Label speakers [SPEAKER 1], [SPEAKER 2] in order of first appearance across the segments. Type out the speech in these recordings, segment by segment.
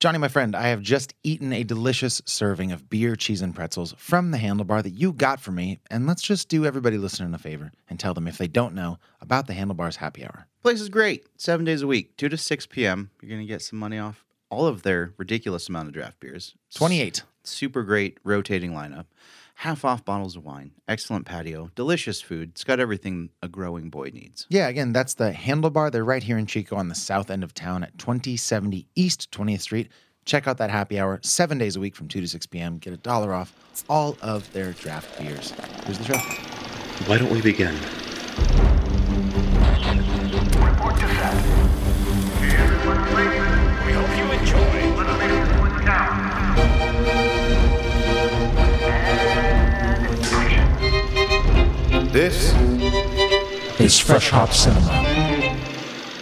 [SPEAKER 1] Johnny, my friend, I have just eaten a delicious serving of beer, cheese, and pretzels from the handlebar that you got for me. And let's just do everybody listening a favor and tell them if they don't know about the handlebar's happy hour.
[SPEAKER 2] Place is great. Seven days a week, 2 to 6 p.m. You're going to get some money off all of their ridiculous amount of draft beers.
[SPEAKER 1] 28.
[SPEAKER 2] Super great rotating lineup. Half off bottles of wine, excellent patio, delicious food. It's got everything a growing boy needs.
[SPEAKER 1] Yeah, again, that's the handlebar. They're right here in Chico on the south end of town at 2070 East 20th Street. Check out that happy hour seven days a week from 2 to 6 p.m. Get a dollar off all of their draft beers. Here's the show.
[SPEAKER 3] Why don't we begin?
[SPEAKER 4] Report to set. Everyone please. We hope you enjoy. Little Miss down. And action.
[SPEAKER 5] This
[SPEAKER 6] is Fresh Hop Cinema.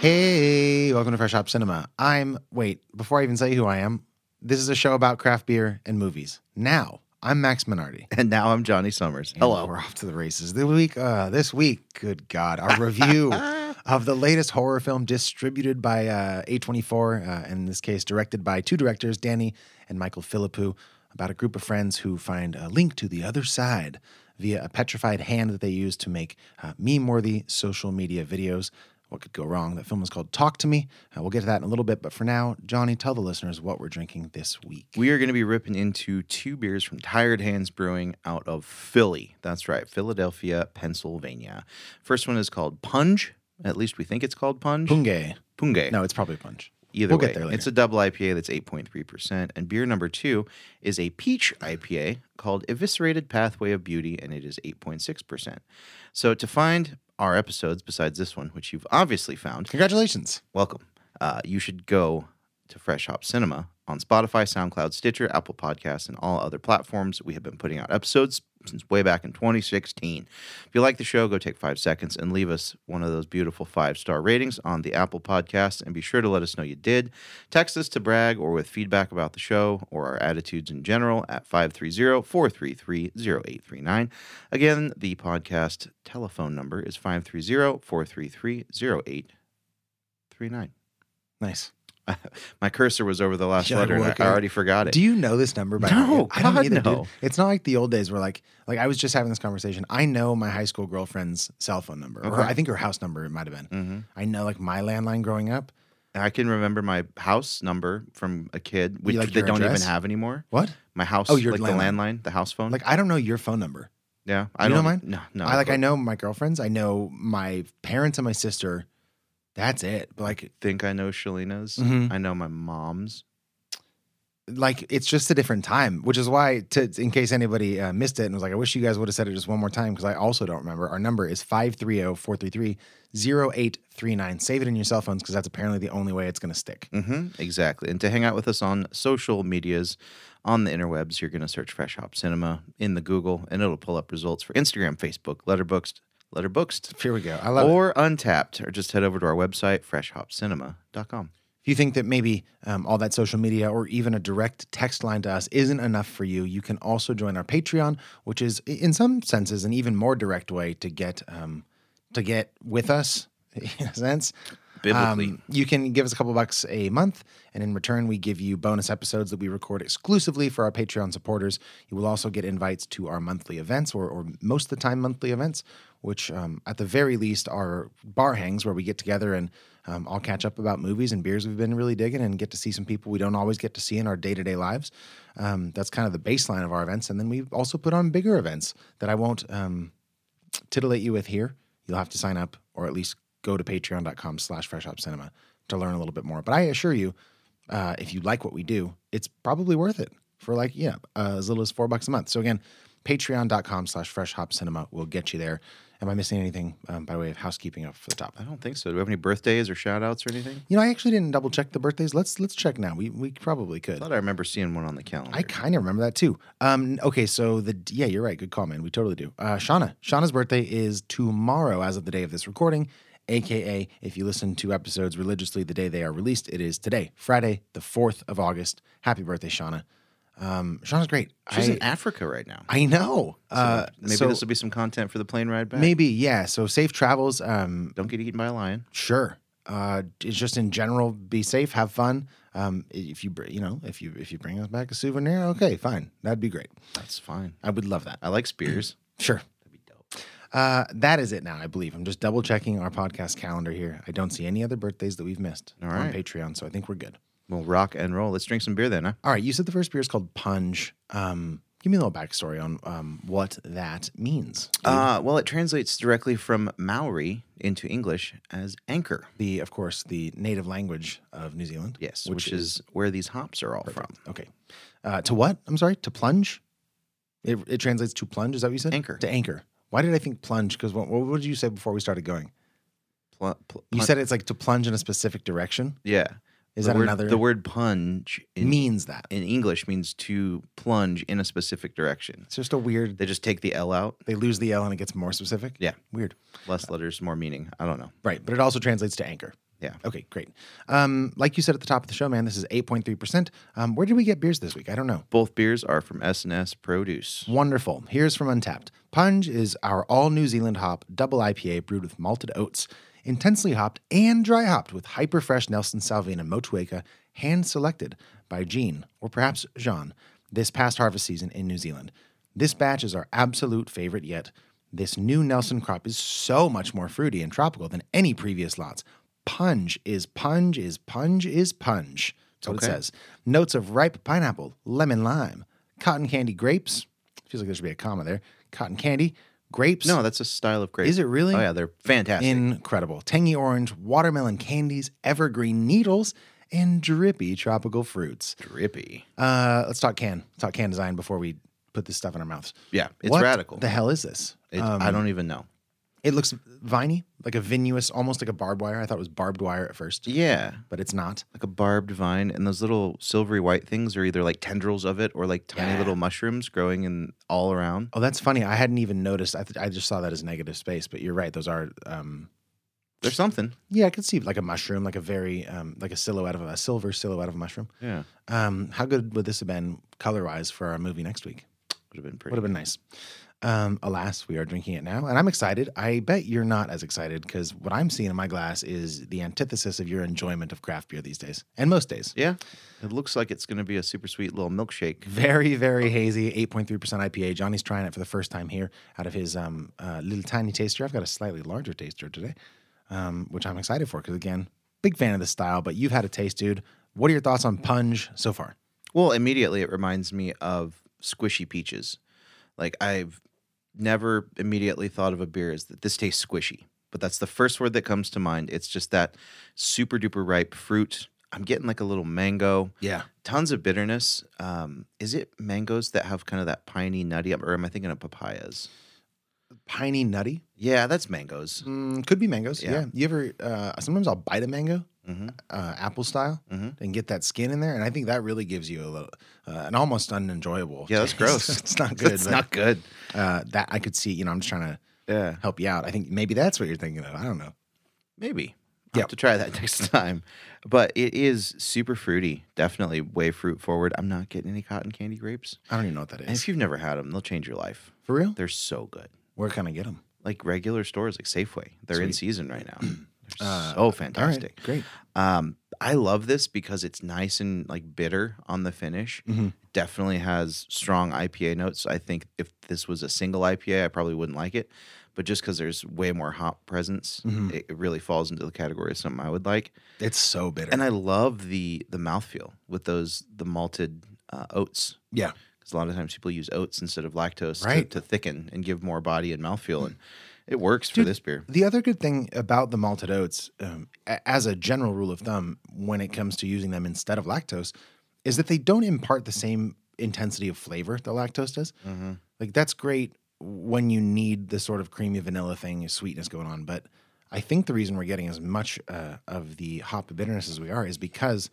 [SPEAKER 1] Hey, welcome to Fresh Hop Cinema. I'm, wait, before I even say who I am, this is a show about craft beer and movies. Now, I'm Max Minardi.
[SPEAKER 2] And now I'm Johnny Summers.
[SPEAKER 1] And We're off to the races. The week, uh, this week, good God, our review of the latest horror film distributed by uh, A24, uh, in this case, directed by two directors, Danny and Michael Philippou, about a group of friends who find a link to the other side via a petrified hand that they use to make uh, meme worthy social media videos. What could go wrong? That film is called Talk to Me. Uh, we'll get to that in a little bit, but for now, Johnny, tell the listeners what we're drinking this week.
[SPEAKER 2] We are going to be ripping into two beers from Tired Hands Brewing out of Philly. That's right, Philadelphia, Pennsylvania. First one is called Punge. At least we think it's called Punge.
[SPEAKER 1] Punge.
[SPEAKER 2] Punge.
[SPEAKER 1] No, it's probably punch.
[SPEAKER 2] Either
[SPEAKER 1] we'll
[SPEAKER 2] way,
[SPEAKER 1] get there later.
[SPEAKER 2] it's a double IPA that's 8.3%. And beer number two is a peach IPA called Eviscerated Pathway of Beauty, and it is 8.6%. So to find our episodes besides this one, which you've obviously found,
[SPEAKER 1] Congratulations.
[SPEAKER 2] welcome. Uh, you should go to Fresh Hop Cinema on Spotify, SoundCloud, Stitcher, Apple Podcasts, and all other platforms. We have been putting out episodes since way back in 2016. If you like the show, go take five seconds and leave us one of those beautiful five star ratings on the Apple Podcast, and be sure to let us know you did. Text us to brag or with feedback about the show or our attitudes in general at 530 433 0839. Again, the podcast telephone number is 530 433 0839.
[SPEAKER 1] Nice.
[SPEAKER 2] My cursor was over the last
[SPEAKER 1] Yeah,
[SPEAKER 2] letter, and I,
[SPEAKER 1] okay.
[SPEAKER 2] I already forgot it.
[SPEAKER 1] Do you know this number by
[SPEAKER 2] No,
[SPEAKER 1] heart? I don't
[SPEAKER 2] God,
[SPEAKER 1] either, dude.
[SPEAKER 2] no.
[SPEAKER 1] It's not like the old days where like like I was just having this conversation. I know my high school girlfriend's cell phone number. Or
[SPEAKER 2] Okay.
[SPEAKER 1] I think her house number it might have been.
[SPEAKER 2] Mhm.
[SPEAKER 1] I know like my landline growing up.
[SPEAKER 2] I can remember my house number from a kid, which
[SPEAKER 1] like
[SPEAKER 2] they
[SPEAKER 1] your
[SPEAKER 2] don't
[SPEAKER 1] address?
[SPEAKER 2] even have anymore.
[SPEAKER 1] What?
[SPEAKER 2] My house,
[SPEAKER 1] Oh, your
[SPEAKER 2] like the
[SPEAKER 1] landline.
[SPEAKER 2] landline, the house phone.
[SPEAKER 1] Like I don't know your phone number.
[SPEAKER 2] yeah,
[SPEAKER 1] you know
[SPEAKER 2] don't
[SPEAKER 1] mine?
[SPEAKER 2] No, no.
[SPEAKER 1] I like I
[SPEAKER 2] but
[SPEAKER 1] know my girlfriend's. I know my parents and my sister. That's it. But like
[SPEAKER 2] Think I know Shalina's.
[SPEAKER 1] Mhm.
[SPEAKER 2] I know my mom's.
[SPEAKER 1] like it's just a different time, which is why to in case anybody uh, missed it and was like I wish you guys would have said it just one more time because I also don't remember. Our number is oh, 530-433-0839. Save it in your cell phones because that's apparently the only way it's going to stick.
[SPEAKER 2] hmm exactly. And to hang out with us on social medias, on the interwebs, you're going to search Fresh Hop Cinema in the Google, and it'll pull up results for Instagram, Facebook, Letterboxd, Letterboxd,
[SPEAKER 1] Here we go. I love it.
[SPEAKER 2] or Untapped, or just head over to our website, freshhopcinema.com.
[SPEAKER 1] If you think that maybe um, all that social media or even a direct text line to us isn't enough for you, you can also join our Patreon, which is i- in some senses an even more direct way to get um, to get with us in a sense. Um,
[SPEAKER 2] Biblically.
[SPEAKER 1] you can give us a couple bucks a month, and in return, we give you bonus episodes that we record exclusively for our Patreon supporters. You will also get invites to our monthly events, or, or most of the time, monthly events, which um, at the very least are bar hangs where we get together and um, all catch up about movies and beers we've been really digging and get to see some people we don't always get to see in our day to day lives. Um, that's kind of the baseline of our events. And then we also put on bigger events that I won't. Um, titillate you with here, you'll have to sign up or at least go to patreon.com slash freshhopcinema to learn a little bit more. But I assure you, uh, if you like what we do, it's probably worth it for like, yeah, uh, as little as four bucks a month. So again, patreon.com slash freshhopcinema will get you there. Am I missing anything um, by way of housekeeping up for the top?
[SPEAKER 2] I don't think so. Do we have any birthdays or shout outs or anything?
[SPEAKER 1] You know, I actually didn't double check the birthdays. Let's let's check now. We we probably could.
[SPEAKER 2] I thought I remember seeing one on the calendar.
[SPEAKER 1] I kind of remember that too. Um, okay, so the yeah, you're right. Good call, man. We totally do. Uh, Shauna, Shauna's birthday is tomorrow, as of the day of this recording, aka if you listen to episodes religiously the day they are released, it is today, Friday, the fourth of August. Happy birthday, Shauna. Um, Shauna's great.
[SPEAKER 2] She's
[SPEAKER 1] I,
[SPEAKER 2] in Africa right now.
[SPEAKER 1] I know. uh,
[SPEAKER 2] Maybe
[SPEAKER 1] so
[SPEAKER 2] this will be some content for the plane ride back.
[SPEAKER 1] maybe yeah. So safe travels. Um,
[SPEAKER 2] Don't get eaten by a lion.
[SPEAKER 1] sure. Uh, it's just in general, be safe, have fun. Um, if you br- you know if you if you bring us back a souvenir, okay, fine, that'd be great.
[SPEAKER 2] That's fine.
[SPEAKER 1] I would love that.
[SPEAKER 2] I like spears.
[SPEAKER 1] Sure. Uh, that is it now, I believe. I'm just double checking our podcast calendar here. I don't see any other birthdays that we've missed
[SPEAKER 2] All
[SPEAKER 1] on
[SPEAKER 2] right.
[SPEAKER 1] Patreon, so I think we're good.
[SPEAKER 2] Well, rock and roll. Let's drink some beer then, huh?
[SPEAKER 1] All right, you said the first beer is called Punge. Um, give me a little backstory on um, what that means.
[SPEAKER 2] Uh, well, it translates directly from Maori into English as anchor.
[SPEAKER 1] the, of course, the native language of New Zealand.
[SPEAKER 2] Yes, which, is, where these hops are all from.
[SPEAKER 1] Okay. Uh, to what? I'm sorry. To plunge. It, it translates to plunge. Is that what you said?
[SPEAKER 2] Anchor.
[SPEAKER 1] To anchor. Why did I think plunge? Because what, what did you say before we started going?
[SPEAKER 2] Pl- pl-
[SPEAKER 1] You
[SPEAKER 2] pun-
[SPEAKER 1] said it's like to plunge in a specific direction.
[SPEAKER 2] yeah.
[SPEAKER 1] Is
[SPEAKER 2] the
[SPEAKER 1] that
[SPEAKER 2] word,
[SPEAKER 1] another?
[SPEAKER 2] The word punge in,
[SPEAKER 1] means that.
[SPEAKER 2] in English means to plunge in a specific direction.
[SPEAKER 1] It's just a weird.
[SPEAKER 2] They just take the L out.
[SPEAKER 1] They lose the L and it gets more specific.
[SPEAKER 2] Yeah.
[SPEAKER 1] Weird.
[SPEAKER 2] Less letters, more meaning. I don't know.
[SPEAKER 1] Right. But it also translates to anchor.
[SPEAKER 2] Yeah.
[SPEAKER 1] Okay, great. Um, like you said at the top of the show, man, this is 8.3%. Um, where did we get beers this week? I don't know.
[SPEAKER 2] Both beers are from S&S Produce.
[SPEAKER 1] Wonderful. Here's from Untapped. Punge is our all New Zealand hop double IPA brewed with malted oats, intensely hopped and dry hopped with hyper fresh Nelson Salvina Motueka, hand selected by Jean, or perhaps Jean, this past harvest season in New Zealand. This batch is our absolute favorite yet. This new Nelson crop is so much more fruity and tropical than any previous lots. Punge is punge is punge is punge. That's what it
[SPEAKER 2] Okay.
[SPEAKER 1] says. Notes of ripe pineapple, lemon lime, cotton candy grapes. Feels like there should be a comma there. Cotton candy, grapes.
[SPEAKER 2] No, that's a style of grape.
[SPEAKER 1] Is it really?
[SPEAKER 2] Oh yeah, they're fantastic.
[SPEAKER 1] incredible. Tangy orange, watermelon candies, evergreen needles, and drippy tropical fruits.
[SPEAKER 2] Drippy.
[SPEAKER 1] Uh, let's talk can. Let's talk can design before we put this stuff in our mouths.
[SPEAKER 2] Yeah, it's
[SPEAKER 1] What
[SPEAKER 2] radical.
[SPEAKER 1] The um, hell is this?
[SPEAKER 2] It- I don't even know.
[SPEAKER 1] It looks viney, like a vinous, almost like a barbed wire. I thought it was barbed wire at first,
[SPEAKER 2] Yeah,
[SPEAKER 1] but it's not.
[SPEAKER 2] like a barbed vine, and those little silvery white things are either like tendrils of it or like tiny little mushrooms growing in all around.
[SPEAKER 1] Oh, that's funny. I hadn't even noticed. I, th- I just saw that as negative space, but you're right. Those are, um,
[SPEAKER 2] There's something.
[SPEAKER 1] yeah, I could see like a mushroom, like a very, um, like a silhouette of a, a silver silhouette of a mushroom.
[SPEAKER 2] Yeah,
[SPEAKER 1] Um, how good would this have been color wise for our movie next week?
[SPEAKER 2] would have been
[SPEAKER 1] Would
[SPEAKER 2] pretty.
[SPEAKER 1] have been nice. Um, alas, we are drinking it now, and I'm excited. I bet you're not as excited because what I'm seeing in my glass is the antithesis of your enjoyment of craft beer these days and most days.
[SPEAKER 2] Yeah, it looks like it's gonna be a super sweet little milkshake.
[SPEAKER 1] Very, very hazy, 8.3% IPA. Johnny's trying it for the first time here out of his um, uh, little tiny taster. I've got a slightly larger taster today, um, which I'm excited for because, again, big fan of this style, but you've had a taste, dude. What are your thoughts on Punge so far?
[SPEAKER 2] Well, immediately it reminds me of squishy peaches. Like I've never immediately thought of a beer as that this tastes squishy, but that's the first word that comes to mind. It's just that super duper ripe fruit. I'm getting like a little mango.
[SPEAKER 1] Yeah.
[SPEAKER 2] Tons of bitterness. Um, is it mangoes that have kind of that piney nutty, or am I thinking of papayas?
[SPEAKER 1] Piney nutty.
[SPEAKER 2] Yeah, that's mangoes.
[SPEAKER 1] Mm, could be mangoes. Yeah.
[SPEAKER 2] Yeah. Mm-hmm.
[SPEAKER 1] You ever, uh, sometimes I'll bite a mango, uh, apple style, and get that skin in there. And I think that really gives you a little, uh, an almost unenjoyable.
[SPEAKER 2] Yeah, that's
[SPEAKER 1] taste.
[SPEAKER 2] gross.
[SPEAKER 1] it's not good.
[SPEAKER 2] It's
[SPEAKER 1] but,
[SPEAKER 2] not good.
[SPEAKER 1] Uh, that I could see, you know, I'm just trying to
[SPEAKER 2] Yeah,
[SPEAKER 1] help you out. I think maybe that's what you're thinking of. I don't know.
[SPEAKER 2] maybe.
[SPEAKER 1] Yeah.
[SPEAKER 2] I'll have to try that next time. But it is super fruity, definitely way fruit forward. I'm not getting any cotton candy grapes.
[SPEAKER 1] I don't even know what that
[SPEAKER 2] And
[SPEAKER 1] is.
[SPEAKER 2] if you've never had them, they'll change your life.
[SPEAKER 1] For real?
[SPEAKER 2] They're so good.
[SPEAKER 1] Where can I get them?
[SPEAKER 2] Like regular stores like Safeway, they're in season right now. They're so fantastic.
[SPEAKER 1] great.
[SPEAKER 2] Um, I love this because it's nice and like bitter on the finish. Definitely has strong IPA notes. I think if this was a single IPA, I probably wouldn't like it. But just because there's way more hop presence, it, it really falls into the category of something I would like.
[SPEAKER 1] It's so bitter.
[SPEAKER 2] And I love the the mouthfeel with those the malted uh, oats
[SPEAKER 1] yeah.
[SPEAKER 2] because a lot of times people use oats instead of lactose to-
[SPEAKER 1] Right. Mm.
[SPEAKER 2] to, thicken and give more body and mouthfeel, and it works for this beer.
[SPEAKER 1] The other good thing about the malted oats, um, a- as a general rule of thumb, when it comes to using them instead of lactose, is that they don't impart the same intensity of flavor that lactose does.
[SPEAKER 2] Mm-hmm.
[SPEAKER 1] Like that's great when you need the sort of creamy vanilla thing, sweetness going on. But I think the reason we're getting as much uh, of the hop bitterness as we are is because,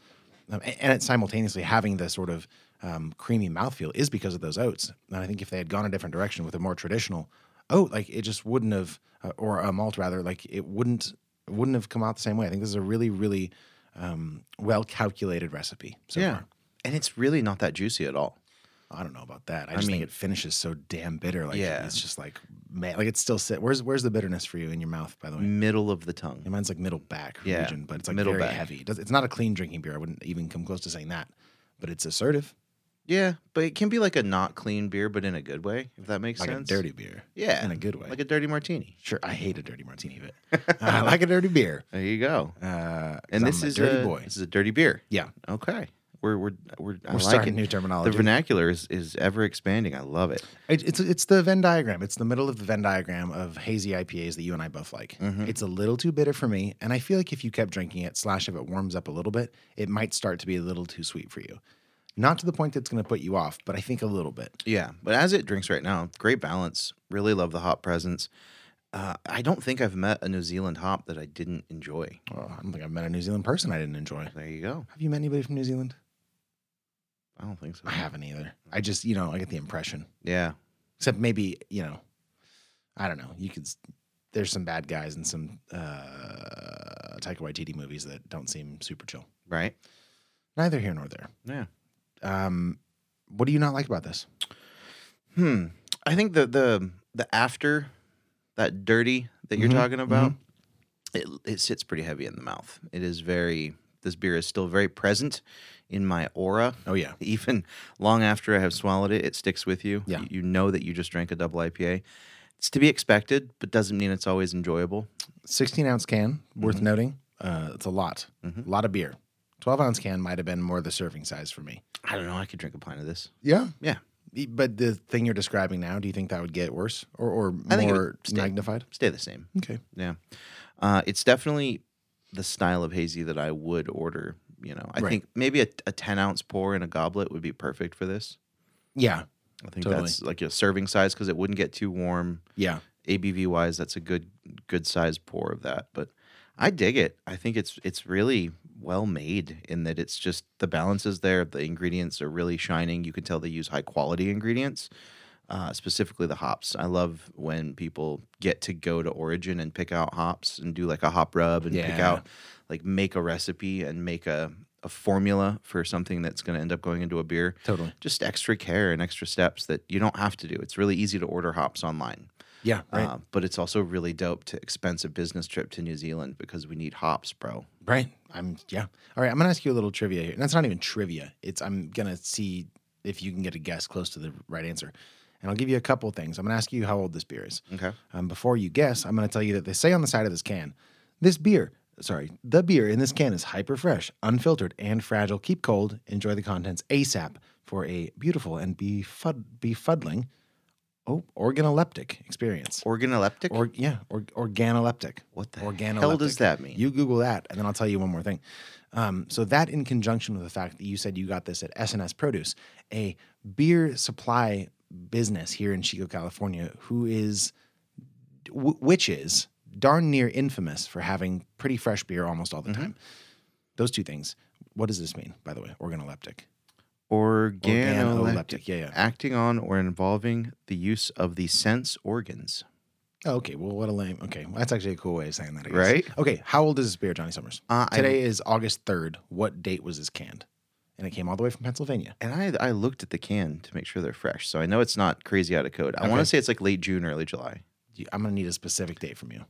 [SPEAKER 1] um, a- and it's simultaneously having the sort of um, creamy mouthfeel is because of those oats. And I think if they had gone a different direction with a more traditional oat, like it just wouldn't have, uh, or a malt rather, like it wouldn't it wouldn't have come out the same way. I think this is a really, really um, well calculated recipe so far.
[SPEAKER 2] and it's really not that juicy at all.
[SPEAKER 1] I don't know about that. I just
[SPEAKER 2] mean-
[SPEAKER 1] think it finishes so damn bitter. Like
[SPEAKER 2] Yeah.
[SPEAKER 1] it's just like man, like it's still sit. Where's where's the bitterness for you in your mouth? By the way,
[SPEAKER 2] middle of the tongue.
[SPEAKER 1] mine's like middle back
[SPEAKER 2] Yeah,
[SPEAKER 1] region, but it's like
[SPEAKER 2] middle
[SPEAKER 1] very
[SPEAKER 2] back.
[SPEAKER 1] heavy. It does- It's not a clean drinking beer. I wouldn't even come close to saying that, but it's assertive,
[SPEAKER 2] Yeah, but it can be like a not clean beer, but in a good way, if that makes
[SPEAKER 1] like
[SPEAKER 2] sense.
[SPEAKER 1] a dirty beer.
[SPEAKER 2] yeah,
[SPEAKER 1] in a good way.
[SPEAKER 2] like a dirty martini.
[SPEAKER 1] sure, I hate a dirty martini, but I like a dirty beer.
[SPEAKER 2] There you go.
[SPEAKER 1] Uh, 'cause
[SPEAKER 2] and
[SPEAKER 1] Uh-huh. I'm
[SPEAKER 2] this
[SPEAKER 1] a
[SPEAKER 2] is
[SPEAKER 1] dirty
[SPEAKER 2] a
[SPEAKER 1] boy.
[SPEAKER 2] This is a dirty beer.
[SPEAKER 1] yeah,
[SPEAKER 2] Okay, we're we're we're, I
[SPEAKER 1] We're
[SPEAKER 2] like
[SPEAKER 1] starting
[SPEAKER 2] it.
[SPEAKER 1] new terminology.
[SPEAKER 2] The vernacular is is ever expanding. I love it.
[SPEAKER 1] It, it's it's the Venn diagram. It's the middle of the Venn diagram of hazy IPAs that you and I both like.
[SPEAKER 2] Mm-hmm.
[SPEAKER 1] It's a little too bitter for me, and I feel like if you kept drinking it, slash if it warms up a little bit, it might start to be a little too sweet for you. Not to the point that's going to put you off, but I think a little bit.
[SPEAKER 2] Yeah, but as it drinks right now, great balance. Really love the hop presence. Uh, I don't think I've met a New Zealand hop that I didn't enjoy.
[SPEAKER 1] Oh, I don't think I've met a New Zealand person I didn't enjoy.
[SPEAKER 2] There you go.
[SPEAKER 1] Have you met anybody from New Zealand?
[SPEAKER 2] I don't think so.
[SPEAKER 1] I haven't either. I just you know I get the impression.
[SPEAKER 2] Yeah,
[SPEAKER 1] Except maybe you know, I don't know. You could s- there's some bad guys and some uh, Taika Waititi movies that don't seem super chill.
[SPEAKER 2] right.
[SPEAKER 1] Neither here nor there.
[SPEAKER 2] Yeah.
[SPEAKER 1] um, what do you not like about this?
[SPEAKER 2] Hmm. I think the the the after that dirty that you're
[SPEAKER 1] Mhm,
[SPEAKER 2] talking about,
[SPEAKER 1] Mm-hmm.
[SPEAKER 2] it it sits pretty heavy in the mouth. It is very. This beer is still very present in my aura.
[SPEAKER 1] Oh yeah,
[SPEAKER 2] even long after I have swallowed it, it sticks with you.
[SPEAKER 1] Yeah.
[SPEAKER 2] You, you know that you just drank a double IPA. It's to be expected, but doesn't mean it's always enjoyable.
[SPEAKER 1] sixteen ounce can worth
[SPEAKER 2] Mm-hmm.
[SPEAKER 1] noting. Uh, it's a lot, a lot of beer. Twelve ounce can might have been more the serving size for me.
[SPEAKER 2] I don't know. I could drink a pint of this.
[SPEAKER 1] Yeah,
[SPEAKER 2] Yeah.
[SPEAKER 1] but the thing you're describing now, do you think that would get worse or or
[SPEAKER 2] I think it
[SPEAKER 1] more
[SPEAKER 2] would stay.
[SPEAKER 1] magnified?
[SPEAKER 2] Stay the same.
[SPEAKER 1] Okay,
[SPEAKER 2] Yeah. Uh, it's definitely the style of hazy that I would order. You know, I
[SPEAKER 1] Right.
[SPEAKER 2] think maybe a, a 10 ounce pour in a goblet would be perfect for this.
[SPEAKER 1] yeah,
[SPEAKER 2] I think
[SPEAKER 1] Totally.
[SPEAKER 2] that's like a serving size because it wouldn't get too warm.
[SPEAKER 1] yeah.
[SPEAKER 2] ABV wise, that's a good good size pour of that. But I dig it. I think it's it's really well made in that it's just the balance is there. The ingredients are really shining. You can tell they use high quality ingredients, uh, specifically the hops. I love when people get to go to Origin and pick out hops and do like a hop rub and pick
[SPEAKER 1] Yeah.
[SPEAKER 2] out like make a recipe and make a a formula for something that's going to end up going into a beer.
[SPEAKER 1] Totally.
[SPEAKER 2] Just extra care and extra steps that you don't have to do. It's really easy to order hops online.
[SPEAKER 1] Yeah, right,
[SPEAKER 2] Uh, but it's also really dope to expense a business trip to New Zealand because we need hops, bro.
[SPEAKER 1] right. I'm yeah. All right, I'm gonna ask you a little trivia here, and that's not even trivia. It's I'm gonna see if you can get a guess close to the right answer, and I'll give you a couple things. I'm gonna ask you how old this beer is.
[SPEAKER 2] Okay.
[SPEAKER 1] Um, before you guess, I'm going to tell you that they say on the side of this can, this beer, sorry, the beer in this can is hyper fresh, unfiltered, and fragile. Keep cold. Enjoy the contents ASAP for a beautiful and befud- befuddling, oh, organoleptic experience.
[SPEAKER 2] Organoleptic?
[SPEAKER 1] Or yeah, or, organoleptic.
[SPEAKER 2] What the
[SPEAKER 1] organoleptic.
[SPEAKER 2] hell does that mean?
[SPEAKER 1] You Google that, and then I'll tell you one more thing. Um, so that, in conjunction with the fact that you said you got this at SNS Produce, a beer supply business here in Chico, California, who is, w- which is darn near infamous for having pretty fresh beer almost all the
[SPEAKER 2] Mm-hmm.
[SPEAKER 1] time. Those two things. What does this mean, by the way? Organoleptic.
[SPEAKER 2] Organoleptic.
[SPEAKER 1] Organoleptic, yeah, yeah.
[SPEAKER 2] Acting on or involving the use of the sense organs.
[SPEAKER 1] Oh, okay. Well, what a lame. Okay. Well, that's actually a cool way of saying that, I guess.
[SPEAKER 2] Right?
[SPEAKER 1] Okay. How old is this beer, Johnny Summers?
[SPEAKER 2] Uh, I-
[SPEAKER 1] Today is August 3rd. What date was this canned? And it came all the way from Pennsylvania.
[SPEAKER 2] And I, I looked at the can to make sure they're fresh. So I know it's not crazy out of code. I want
[SPEAKER 1] Okay.
[SPEAKER 2] to say it's like late June, early July.
[SPEAKER 1] You- I'm going to need a specific date from you.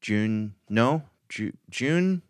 [SPEAKER 2] June, no, Ju- June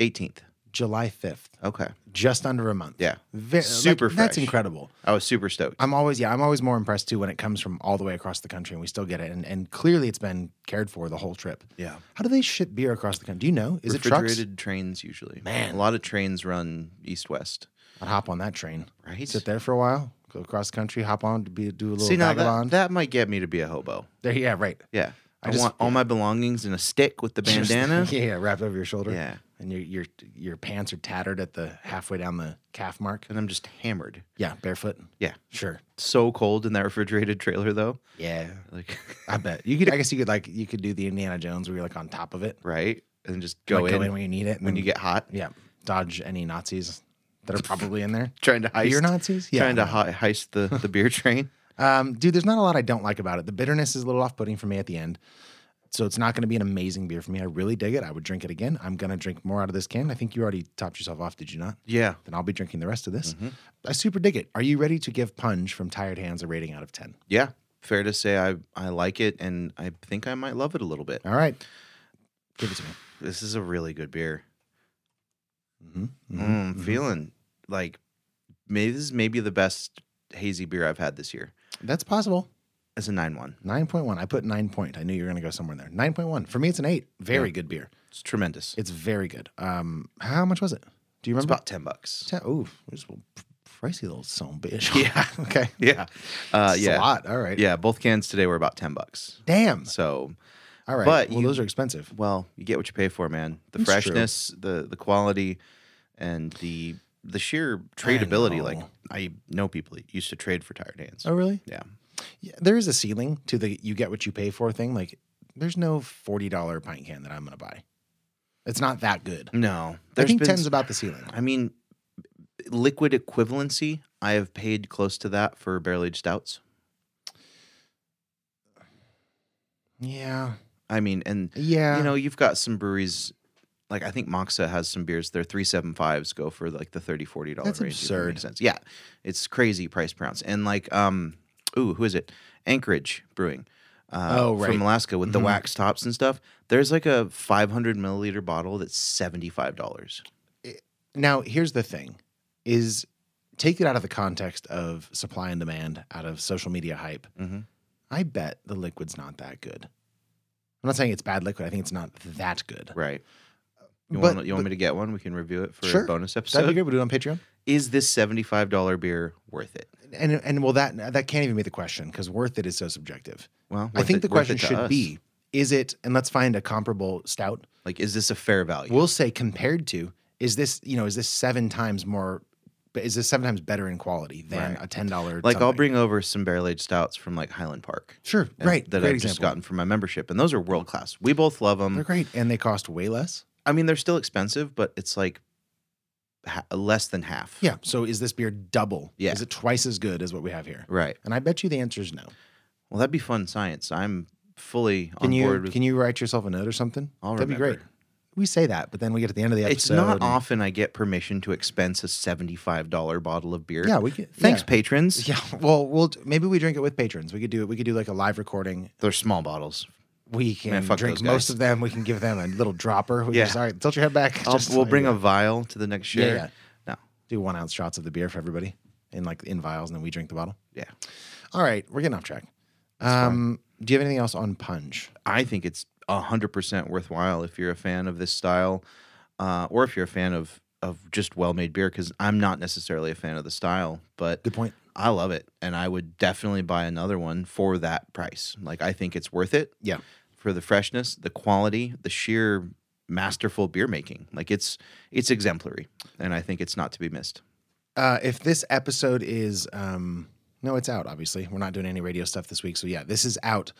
[SPEAKER 2] 18th.
[SPEAKER 1] July 5th.
[SPEAKER 2] Okay.
[SPEAKER 1] Just under a month.
[SPEAKER 2] Yeah.
[SPEAKER 1] Ve-
[SPEAKER 2] Super
[SPEAKER 1] like, That's
[SPEAKER 2] fresh.
[SPEAKER 1] incredible.
[SPEAKER 2] I was super stoked.
[SPEAKER 1] I'm always, yeah, I'm always more impressed too when it comes from all the way across the country and we still get it. And, and clearly it's been cared for the whole trip.
[SPEAKER 2] Yeah.
[SPEAKER 1] How do they ship beer across the country? Do you know? Is it trucks?
[SPEAKER 2] Refrigerated trains usually.
[SPEAKER 1] Man.
[SPEAKER 2] A lot of trains run east west.
[SPEAKER 1] I'd hop on that train.
[SPEAKER 2] Right.
[SPEAKER 1] Sit there for a while, go across the country, hop on to be, do a little
[SPEAKER 2] See now that,
[SPEAKER 1] vagabond.
[SPEAKER 2] that might get me to be a hobo.
[SPEAKER 1] there, yeah, right.
[SPEAKER 2] Yeah, I,
[SPEAKER 1] just-
[SPEAKER 2] want all my belongings in a stick with the
[SPEAKER 1] Just-
[SPEAKER 2] bandana.
[SPEAKER 1] yeah, yeah, wrapped over your shoulder.
[SPEAKER 2] Yeah.
[SPEAKER 1] And your your your pants are tattered at the halfway down the calf mark.
[SPEAKER 2] And I'm just hammered.
[SPEAKER 1] Yeah, barefoot.
[SPEAKER 2] Yeah,
[SPEAKER 1] Sure.
[SPEAKER 2] so cold in that refrigerated trailer though.
[SPEAKER 1] Yeah.
[SPEAKER 2] Like,
[SPEAKER 1] I bet. You could I guess you could like you could do the Indiana Jones where you're like on top of it.
[SPEAKER 2] right? And just go,
[SPEAKER 1] like,
[SPEAKER 2] in,
[SPEAKER 1] go in when you need it. and then-
[SPEAKER 2] when you get hot.
[SPEAKER 1] Yeah. Dodge any Nazis that are probably in there.
[SPEAKER 2] Trying to heist.
[SPEAKER 1] Beer Nazis? Yeah.
[SPEAKER 2] Trying to hi- heist the, the beer train.
[SPEAKER 1] Um, dude, there's not a lot I don't like about it. The bitterness is a little off putting for me at the end. So it's not going to be an amazing beer for me. I really dig it. I would drink it again. I'm going to drink more out of this can. I think you already topped yourself off, did you not?
[SPEAKER 2] Yeah.
[SPEAKER 1] Then I'll be drinking the rest of this.
[SPEAKER 2] Mm-hmm.
[SPEAKER 1] I super dig it. Are you ready to give Punge from Tired Hands a rating out of 10?
[SPEAKER 2] Yeah. Fair to say I, I like it and I think I might love it a little bit.
[SPEAKER 1] All right. Give it to me.
[SPEAKER 2] This is a really good beer.
[SPEAKER 1] Mhm,
[SPEAKER 2] Mm, I'm feeling like maybe this is maybe the best hazy beer I've had this year.
[SPEAKER 1] That's possible.
[SPEAKER 2] It's a 9 1.
[SPEAKER 1] 9.1. I put 9 point. I knew you were going to go somewhere in there. 9.1. For me, it's an 8. Very
[SPEAKER 2] Yeah.
[SPEAKER 1] good beer.
[SPEAKER 2] It's tremendous.
[SPEAKER 1] It's very good. Um, How much was it? Do you
[SPEAKER 2] It's
[SPEAKER 1] remember?
[SPEAKER 2] about 10 bucks.
[SPEAKER 1] Ten- Ooh, it's a pricey little son of a bitch.
[SPEAKER 2] Yeah.
[SPEAKER 1] okay.
[SPEAKER 2] Yeah. Uh,
[SPEAKER 1] It's
[SPEAKER 2] yeah.
[SPEAKER 1] a lot. All right.
[SPEAKER 2] Yeah. Both cans today were about 10 bucks.
[SPEAKER 1] Damn.
[SPEAKER 2] So,
[SPEAKER 1] All right.
[SPEAKER 2] but
[SPEAKER 1] well,
[SPEAKER 2] you-
[SPEAKER 1] those are expensive.
[SPEAKER 2] well, you get what you pay for, man. The
[SPEAKER 1] It's true.
[SPEAKER 2] freshness, the the quality, and the the sheer tradeability. like
[SPEAKER 1] know.
[SPEAKER 2] I know people that used to trade for tired hands.
[SPEAKER 1] Oh, really?
[SPEAKER 2] Yeah.
[SPEAKER 1] Yeah, there is a ceiling to the you get what you pay for thing. Like, there's no $40 pint can that I'm going to buy. It's not that good.
[SPEAKER 2] No.
[SPEAKER 1] I
[SPEAKER 2] there's
[SPEAKER 1] think
[SPEAKER 2] been
[SPEAKER 1] 10's
[SPEAKER 2] s-
[SPEAKER 1] about the ceiling.
[SPEAKER 2] I mean, liquid equivalency. I have paid close to that for barrel aged stouts.
[SPEAKER 1] Yeah.
[SPEAKER 2] I mean, and
[SPEAKER 1] Yeah.
[SPEAKER 2] you know, you've got some breweries. Like I think Moxa has some beers. Their three seven fives go for like the 30 forty dollar
[SPEAKER 1] That's
[SPEAKER 2] range. if that
[SPEAKER 1] absurd.
[SPEAKER 2] makes sense. Yeah, it's crazy price per ounce. And like, um, ooh, who is it? Anchorage Brewing. Uh,
[SPEAKER 1] Oh, right.
[SPEAKER 2] From Alaska with the
[SPEAKER 1] Mhm.
[SPEAKER 2] wax tops and stuff. There's like a 500 milliliter bottle that's $75.
[SPEAKER 1] Now, here's the thing is take it out of the context of supply and demand, out of social media hype.
[SPEAKER 2] Mhm.
[SPEAKER 1] I bet the liquid's not that good. I'm not saying it's bad liquid. I think it's not that good.
[SPEAKER 2] Right. You,
[SPEAKER 1] But-
[SPEAKER 2] want, you want me to get one? We can review it for
[SPEAKER 1] Sure.
[SPEAKER 2] a bonus
[SPEAKER 1] That'd be
[SPEAKER 2] episode.
[SPEAKER 1] great. We'll do it on Patreon.
[SPEAKER 2] Is this $75 beer worth it?
[SPEAKER 1] And and well, that that can't even be the question because worth it is so subjective.
[SPEAKER 2] Well,
[SPEAKER 1] I
[SPEAKER 2] worth
[SPEAKER 1] think
[SPEAKER 2] it-
[SPEAKER 1] the
[SPEAKER 2] worth
[SPEAKER 1] question
[SPEAKER 2] it to
[SPEAKER 1] should
[SPEAKER 2] us.
[SPEAKER 1] be: Is it? And let's find a comparable stout.
[SPEAKER 2] like, is this a fair value?
[SPEAKER 1] We'll say compared to is this you know is this seven times more? But is this seven times better in quality than
[SPEAKER 2] Right.
[SPEAKER 1] a ten dollar?
[SPEAKER 2] Like I'll bring over some barrel aged stouts from like Highland Park.
[SPEAKER 1] sure
[SPEAKER 2] and-
[SPEAKER 1] right
[SPEAKER 2] That
[SPEAKER 1] great
[SPEAKER 2] I've
[SPEAKER 1] example.
[SPEAKER 2] just gotten from my membership, and those are world class. We both love
[SPEAKER 1] They're
[SPEAKER 2] them.
[SPEAKER 1] great and they cost way less.
[SPEAKER 2] I mean, they're still expensive, but it's like ha- less than half.
[SPEAKER 1] Yeah. So is this beer double?
[SPEAKER 2] Yeah.
[SPEAKER 1] Is it twice as good as what we have here?
[SPEAKER 2] Right.
[SPEAKER 1] And I bet you the answer is no.
[SPEAKER 2] Well, that'd be fun science. I'm fully
[SPEAKER 1] Can
[SPEAKER 2] on
[SPEAKER 1] you
[SPEAKER 2] board with.
[SPEAKER 1] can you write yourself a note or something?
[SPEAKER 2] I'll
[SPEAKER 1] That'd be great.
[SPEAKER 2] remember.
[SPEAKER 1] We say that, but then we get to the end of the episode.
[SPEAKER 2] it's not
[SPEAKER 1] and-
[SPEAKER 2] often I get permission to expense a seventy-five dollar bottle of beer.
[SPEAKER 1] Yeah, we can-
[SPEAKER 2] Thanks,
[SPEAKER 1] yeah.
[SPEAKER 2] patrons.
[SPEAKER 1] Yeah. Well, we'll maybe we drink it with patrons. We could do it. We could do like a live recording.
[SPEAKER 2] They're small bottles.
[SPEAKER 1] We can
[SPEAKER 2] Man, fuck
[SPEAKER 1] drink
[SPEAKER 2] those
[SPEAKER 1] most
[SPEAKER 2] guys.
[SPEAKER 1] of them. We can give them a little dropper. We
[SPEAKER 2] Yeah.
[SPEAKER 1] yeah. All right. Tilt your head back.
[SPEAKER 2] I'll,
[SPEAKER 1] Just
[SPEAKER 2] we'll
[SPEAKER 1] like-
[SPEAKER 2] bring a vial to the next
[SPEAKER 1] Yeah,
[SPEAKER 2] share.
[SPEAKER 1] yeah.
[SPEAKER 2] No.
[SPEAKER 1] do one ounce shots of the beer for everybody in like in vials, and then we drink the bottle.
[SPEAKER 2] Yeah.
[SPEAKER 1] All right, we're getting off track. Um, do you have anything else on punch?
[SPEAKER 2] I think it's hundred percent worthwhile if you're a fan of this style, uh, or if you're a fan of of just well made beer. Because I'm not necessarily a fan of the style, but
[SPEAKER 1] Good point.
[SPEAKER 2] I love it, and I would definitely buy another one for that price. Like I think it's worth it.
[SPEAKER 1] Yeah.
[SPEAKER 2] for the freshness, the quality, the sheer masterful beer making. Like it's it's exemplary, and I think it's not to be missed.
[SPEAKER 1] uh, if this episode is um, no, it's out. Obviously, we're not doing any radio stuff this week, so yeah, this is out.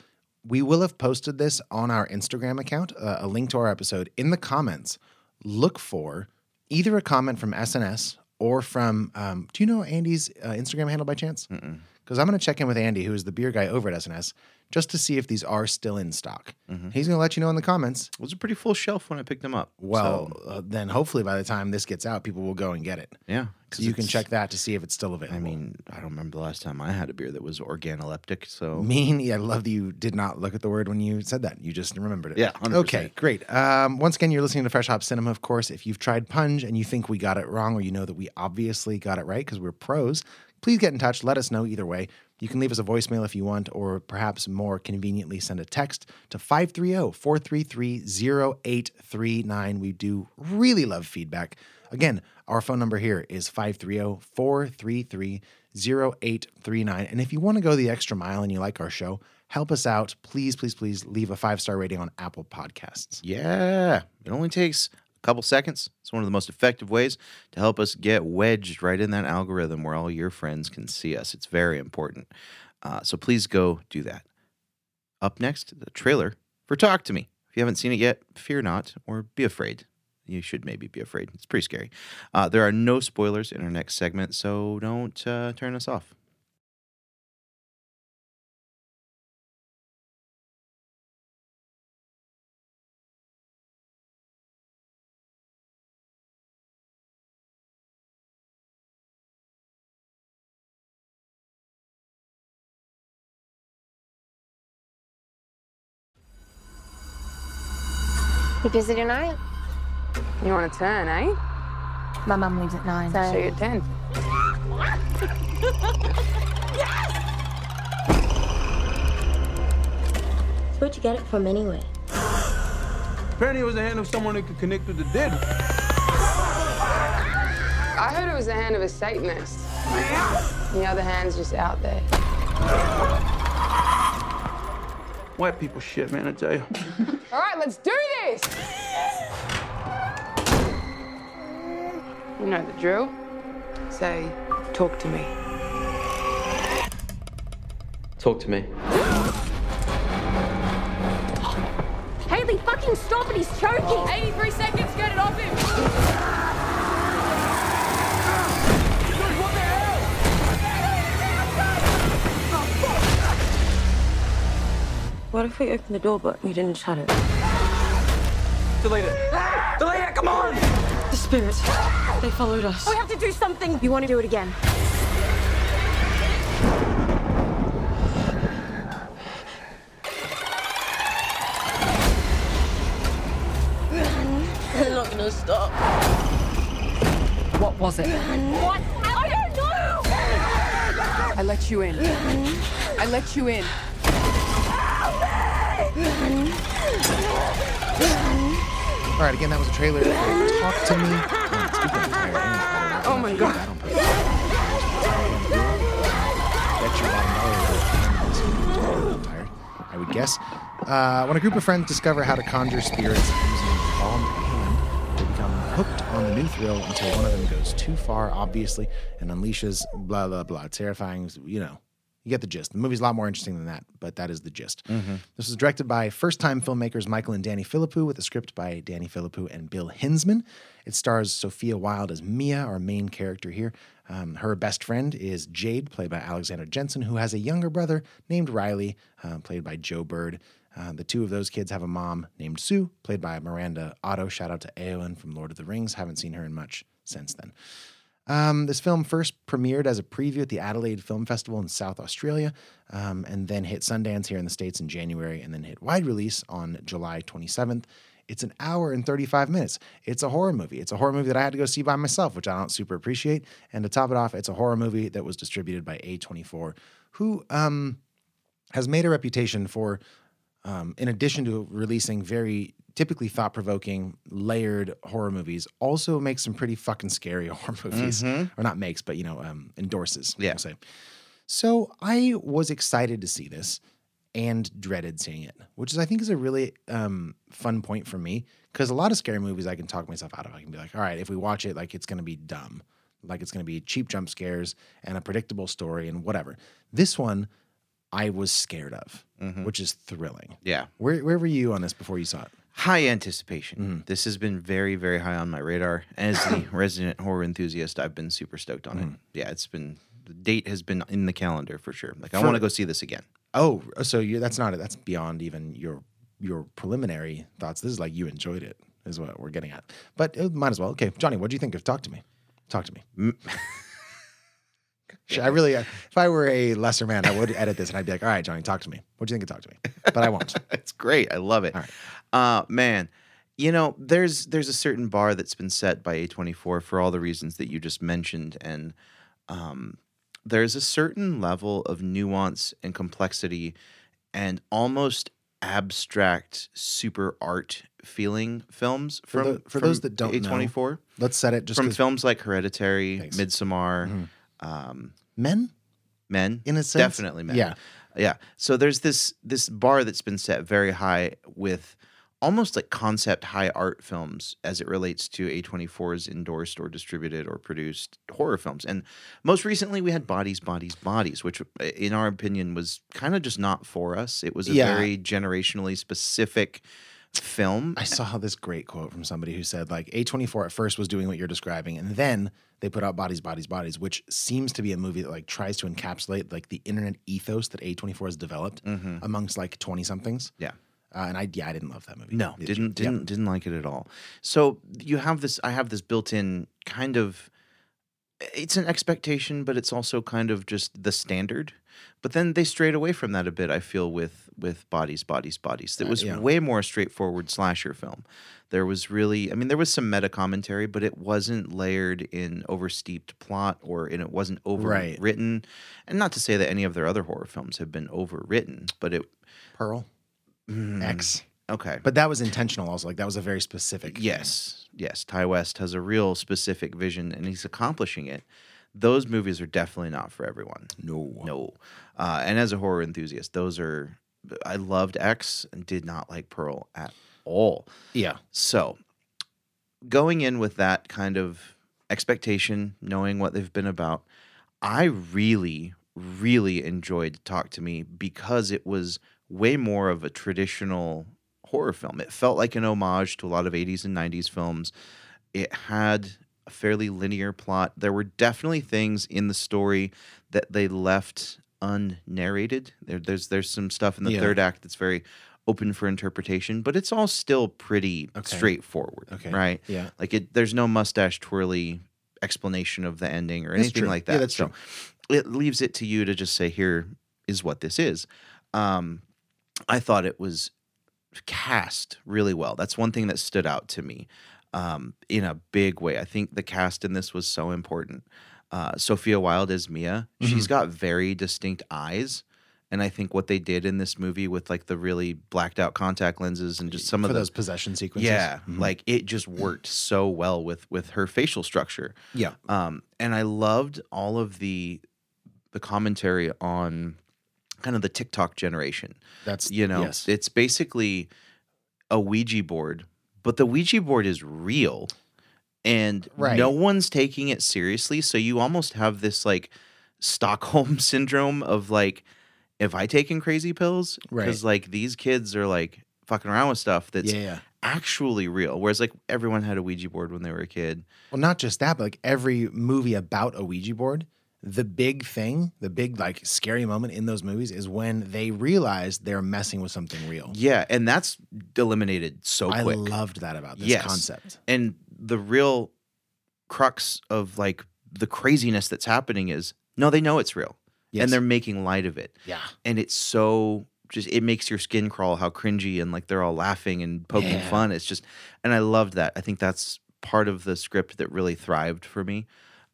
[SPEAKER 1] We will have posted this on our Instagram account, uh, a link to our episode in the comments. Look for either a comment from SNS or from. Um, do you know Andy's uh, Instagram handle by chance? Because I'm going to check in with Andy, who is the beer guy over at SNS, just to see if these are still in stock.
[SPEAKER 2] Mm-hmm.
[SPEAKER 1] He's going to let you know in the comments.
[SPEAKER 2] It was a pretty full shelf when I picked them up.
[SPEAKER 1] Well,
[SPEAKER 2] so,
[SPEAKER 1] uh, then hopefully by the time this gets out, people will go and get it.
[SPEAKER 2] yeah,
[SPEAKER 1] So you can
[SPEAKER 2] it's-
[SPEAKER 1] check that to see if it's still available.
[SPEAKER 2] I mean, I don't remember the last time I had a beer that was organoleptic. So
[SPEAKER 1] Mean. I love that you did not look at the word when you said that. You just remembered it.
[SPEAKER 2] Yeah, 100%.
[SPEAKER 1] Okay, great. Um, once again, you're listening to Fresh Hop Cinema, of course. If you've tried Punge and you think we got it wrong or you know that we obviously got it right because we're pros, please get in touch. Let us know either way. You can leave us a voicemail if you want, or perhaps more conveniently, send a text to 530 433 0839. We do really love feedback. Again, our phone number here is 530 433 0839. And if you want to go the extra mile and you like our show, help us out. Please, please, please leave a five star rating on Apple Podcasts.
[SPEAKER 2] Yeah, it only takes a couple seconds. It's one of the most effective ways to help us get wedged right in that algorithm where all your friends can see us. It's very important. Uh, so please go do that. Up next, the trailer for Talk to Me. If you haven't seen it yet, fear not or be afraid. You should maybe be afraid. It's pretty scary. Uh, there are no spoilers in our next segment, so don't uh, turn us off.
[SPEAKER 3] Because of tonight?
[SPEAKER 7] You want a 10, eh?
[SPEAKER 3] My mom leaves at nine.
[SPEAKER 7] So you're 10.
[SPEAKER 8] Where'd you get it from anyway?
[SPEAKER 9] Apparently, it was the hand of someone who could connect with the dead.
[SPEAKER 7] I heard it was the hand of a Satanist. The other hand's just out there.
[SPEAKER 9] White people shit, man, I tell you.
[SPEAKER 7] All right, let's do this! You know the drill. Say, talk to me.
[SPEAKER 10] Talk to me.
[SPEAKER 11] Haley, fucking stop it, he's choking!
[SPEAKER 7] 83 seconds, get it off him!
[SPEAKER 8] What if we opened the door but we didn't shut it?
[SPEAKER 9] Delete it. Delete it, come on!
[SPEAKER 8] The spirits, they followed us.
[SPEAKER 11] We have to do something!
[SPEAKER 8] You want to do it again?
[SPEAKER 12] They're not gonna stop.
[SPEAKER 13] What was it?
[SPEAKER 11] What? I don't know!
[SPEAKER 7] I let you in. I let you in.
[SPEAKER 1] All right, again, that was a trailer. Talk to me. Oh, speaking of fire, I don't know
[SPEAKER 7] Oh my
[SPEAKER 1] if
[SPEAKER 7] God.
[SPEAKER 1] I don't put it on. Bet you I know it was a fire, I would guess. Uh, when a group of friends discover how to conjure spirits using a palm hand, they become hooked on the new thrill until one of them goes too far, obviously, and unleashes blah, blah, blah. Terrifying, you know. You get the gist. The movie's a lot more interesting than that, but that is the gist. This was directed by first time filmmakers Michael and Danny Philippou, with a script by Danny Philippou and Bill Hinsman. It stars Sophia Wilde as Mia, our main character here. Um, her best friend is Jade, played by Alexander Jensen, who has a younger brother named Riley, uh, played by Joe Bird. Uh, the two of those kids have a mom named Sue, played by Miranda Otto. Shout out to Aowen from Lord of the Rings. Haven't seen her in much since then. Um, this film first premiered as a preview at the Adelaide Film Festival in South Australia, um, and then hit Sundance here in the States in January, and then hit wide release on July 27th. It's an hour and 35 minutes. It's a horror movie. It's a horror movie that I had to go see by myself, which I don't super appreciate. And to top it off, it's a horror movie that was distributed by A24, who um, has made a reputation for, um, in addition to releasing very typically thought provoking, layered horror movies, also makes some pretty fucking scary horror movies. Or not makes, but, you know, um, endorses. Yeah. Say. So I was excited to see this and dreaded seeing it, which is, I think, is a really um, fun point for me because a lot of scary movies I can talk myself out of. I can be like, all right, if we watch it, like it's going to be dumb, like it's going to be cheap jump scares and a predictable story and whatever. This one I was scared of, which is thrilling.
[SPEAKER 2] Yeah.
[SPEAKER 1] Where, where were you on this before you saw it?
[SPEAKER 2] High anticipation. This has been very, very high on my radar. As the resident horror enthusiast, I've been super stoked on it. Yeah, it's been the date has been in the calendar for sure. Like I
[SPEAKER 1] For-
[SPEAKER 2] want to go see this again.
[SPEAKER 1] Oh, so you, that's not it. That's beyond even your your preliminary thoughts. This is like you enjoyed it, is what we're getting at. But it might as well. Okay, Johnny, what do you think of Talk to Me? Talk to me. Shit, I really, uh, if I were a lesser man, I would edit this and I'd be like, all right, Johnny, talk to me. What do you think of Talk to Me? But I won't.
[SPEAKER 2] it's great. I love it. Uh man, you know, there's there's a certain bar that's been set by A24 for all the reasons that you just mentioned and um there's a certain level of nuance and complexity and almost abstract super art feeling films
[SPEAKER 1] For
[SPEAKER 2] from
[SPEAKER 1] tho- for those
[SPEAKER 2] from
[SPEAKER 1] that don't know,
[SPEAKER 2] A24
[SPEAKER 1] Let's set it just
[SPEAKER 2] from
[SPEAKER 1] 'cause- Mm-hmm.
[SPEAKER 2] films like Hereditary, Midsommar, um
[SPEAKER 1] men.
[SPEAKER 2] men
[SPEAKER 1] In a sense,
[SPEAKER 2] definitely men
[SPEAKER 1] yeah.
[SPEAKER 2] yeah so there's this this bar that's been set very high with almost like concept high art films as it relates to a24's endorsed or distributed or produced horror films and most recently we had bodies bodies bodies which uh, in our opinion was kind of just not for us it was a
[SPEAKER 1] Yeah.
[SPEAKER 2] very generationally specific film
[SPEAKER 1] I saw this great quote from somebody who said, like, A24 at first was doing what you're describing, and then they put out Bodies, Bodies, Bodies, which seems to be a movie that, like, tries to encapsulate, like, the internet ethos that A24 has developed amongst, like, 20 somethings.
[SPEAKER 2] Mm-hmm. yeah
[SPEAKER 1] Uh, and I, yeah, I didn't love that movie.
[SPEAKER 2] No,
[SPEAKER 1] Did you?
[SPEAKER 2] didn't didn't didn't like it at all. So you have this. I have this built-in kind of. It's an expectation, but it's also kind of just the standard. But then they strayed away from that a bit. I feel with with bodies, bodies, bodies. That
[SPEAKER 1] Uh,
[SPEAKER 2] was
[SPEAKER 1] yeah.
[SPEAKER 2] way more a straightforward slasher film. There was really, I mean, there was some meta commentary, but it wasn't layered in oversteeped plot or and it wasn't
[SPEAKER 1] Right.
[SPEAKER 2] overwritten. And not to say that any of their other horror films have been overwritten, but it
[SPEAKER 1] Pearl,
[SPEAKER 2] Mm.
[SPEAKER 1] X.
[SPEAKER 2] okay.
[SPEAKER 1] But that was intentional. Also, like that was a very specific. thing.
[SPEAKER 2] Yes, yes. Ty West has a real specific vision, and he's accomplishing it. Those movies are definitely not for everyone.
[SPEAKER 1] No.
[SPEAKER 2] No. Uh, and as a horror enthusiast, those are. I loved X and did not like Pearl at all.
[SPEAKER 1] Yeah.
[SPEAKER 2] So, going in with that kind of expectation, knowing what they've been about, I really, really enjoyed Talk to Me because it was way more of a traditional horror film. It felt like an homage to a lot of 80s and 90s films. It had a fairly linear plot. There were definitely things in the story that they left unnarrated. There, there's there's some stuff in the
[SPEAKER 1] Yeah.
[SPEAKER 2] third act that's very open for interpretation, but it's all still pretty
[SPEAKER 1] Okay.
[SPEAKER 2] straightforward,
[SPEAKER 1] Okay.
[SPEAKER 2] right?
[SPEAKER 1] Yeah.
[SPEAKER 2] Like it, there's no mustache twirly explanation of the ending or
[SPEAKER 1] That's
[SPEAKER 2] anything
[SPEAKER 1] true.
[SPEAKER 2] like that.
[SPEAKER 1] Yeah, that's
[SPEAKER 2] so it leaves it to you to just say, here is what this is. Um, I thought it was cast really well. That's one thing that stood out to me um, in a big way. I think the cast in this was so important. Uh, Sophia Wilde as Mia.
[SPEAKER 1] Mm-hmm.
[SPEAKER 2] She's got very distinct eyes. And I think what they did in this movie with like the really blacked out contact lenses and just some
[SPEAKER 1] For
[SPEAKER 2] of the-
[SPEAKER 1] those possession sequences.
[SPEAKER 2] yeah,
[SPEAKER 1] Mhm.
[SPEAKER 2] like it just worked so well with with her facial structure.
[SPEAKER 1] yeah.
[SPEAKER 2] Um, and I loved all of the the commentary on kind of the TikTok generation.
[SPEAKER 1] That's
[SPEAKER 2] You know,
[SPEAKER 1] Yes.
[SPEAKER 2] it's basically a Ouija board, but the Ouija board is real and
[SPEAKER 1] Right.
[SPEAKER 2] no one's taking it seriously. So you almost have this like Stockholm syndrome of like, have I taken crazy pills?
[SPEAKER 1] Right.
[SPEAKER 2] Because like these kids are like fucking around with stuff that's
[SPEAKER 1] yeah. Yeah.
[SPEAKER 2] actually real. Whereas like everyone had a Ouija board when they were a kid.
[SPEAKER 1] Well, not just that, but like every movie about a Ouija board, the big thing, the big like scary moment in those movies is when they realize they're messing with something real.
[SPEAKER 2] Yeah, and that's eliminated so
[SPEAKER 1] I
[SPEAKER 2] quick.
[SPEAKER 1] loved that about this
[SPEAKER 2] Yes.
[SPEAKER 1] concept.
[SPEAKER 2] and the real crux of like the craziness that's happening is no, they know it's real.
[SPEAKER 1] Yes.
[SPEAKER 2] And they're making light of it.
[SPEAKER 1] Yeah.
[SPEAKER 2] And it's so just it makes your skin crawl how cringy and like they're all laughing and poking
[SPEAKER 1] Yeah.
[SPEAKER 2] fun. It's just and I loved that. I think that's part of the script that really thrived for me.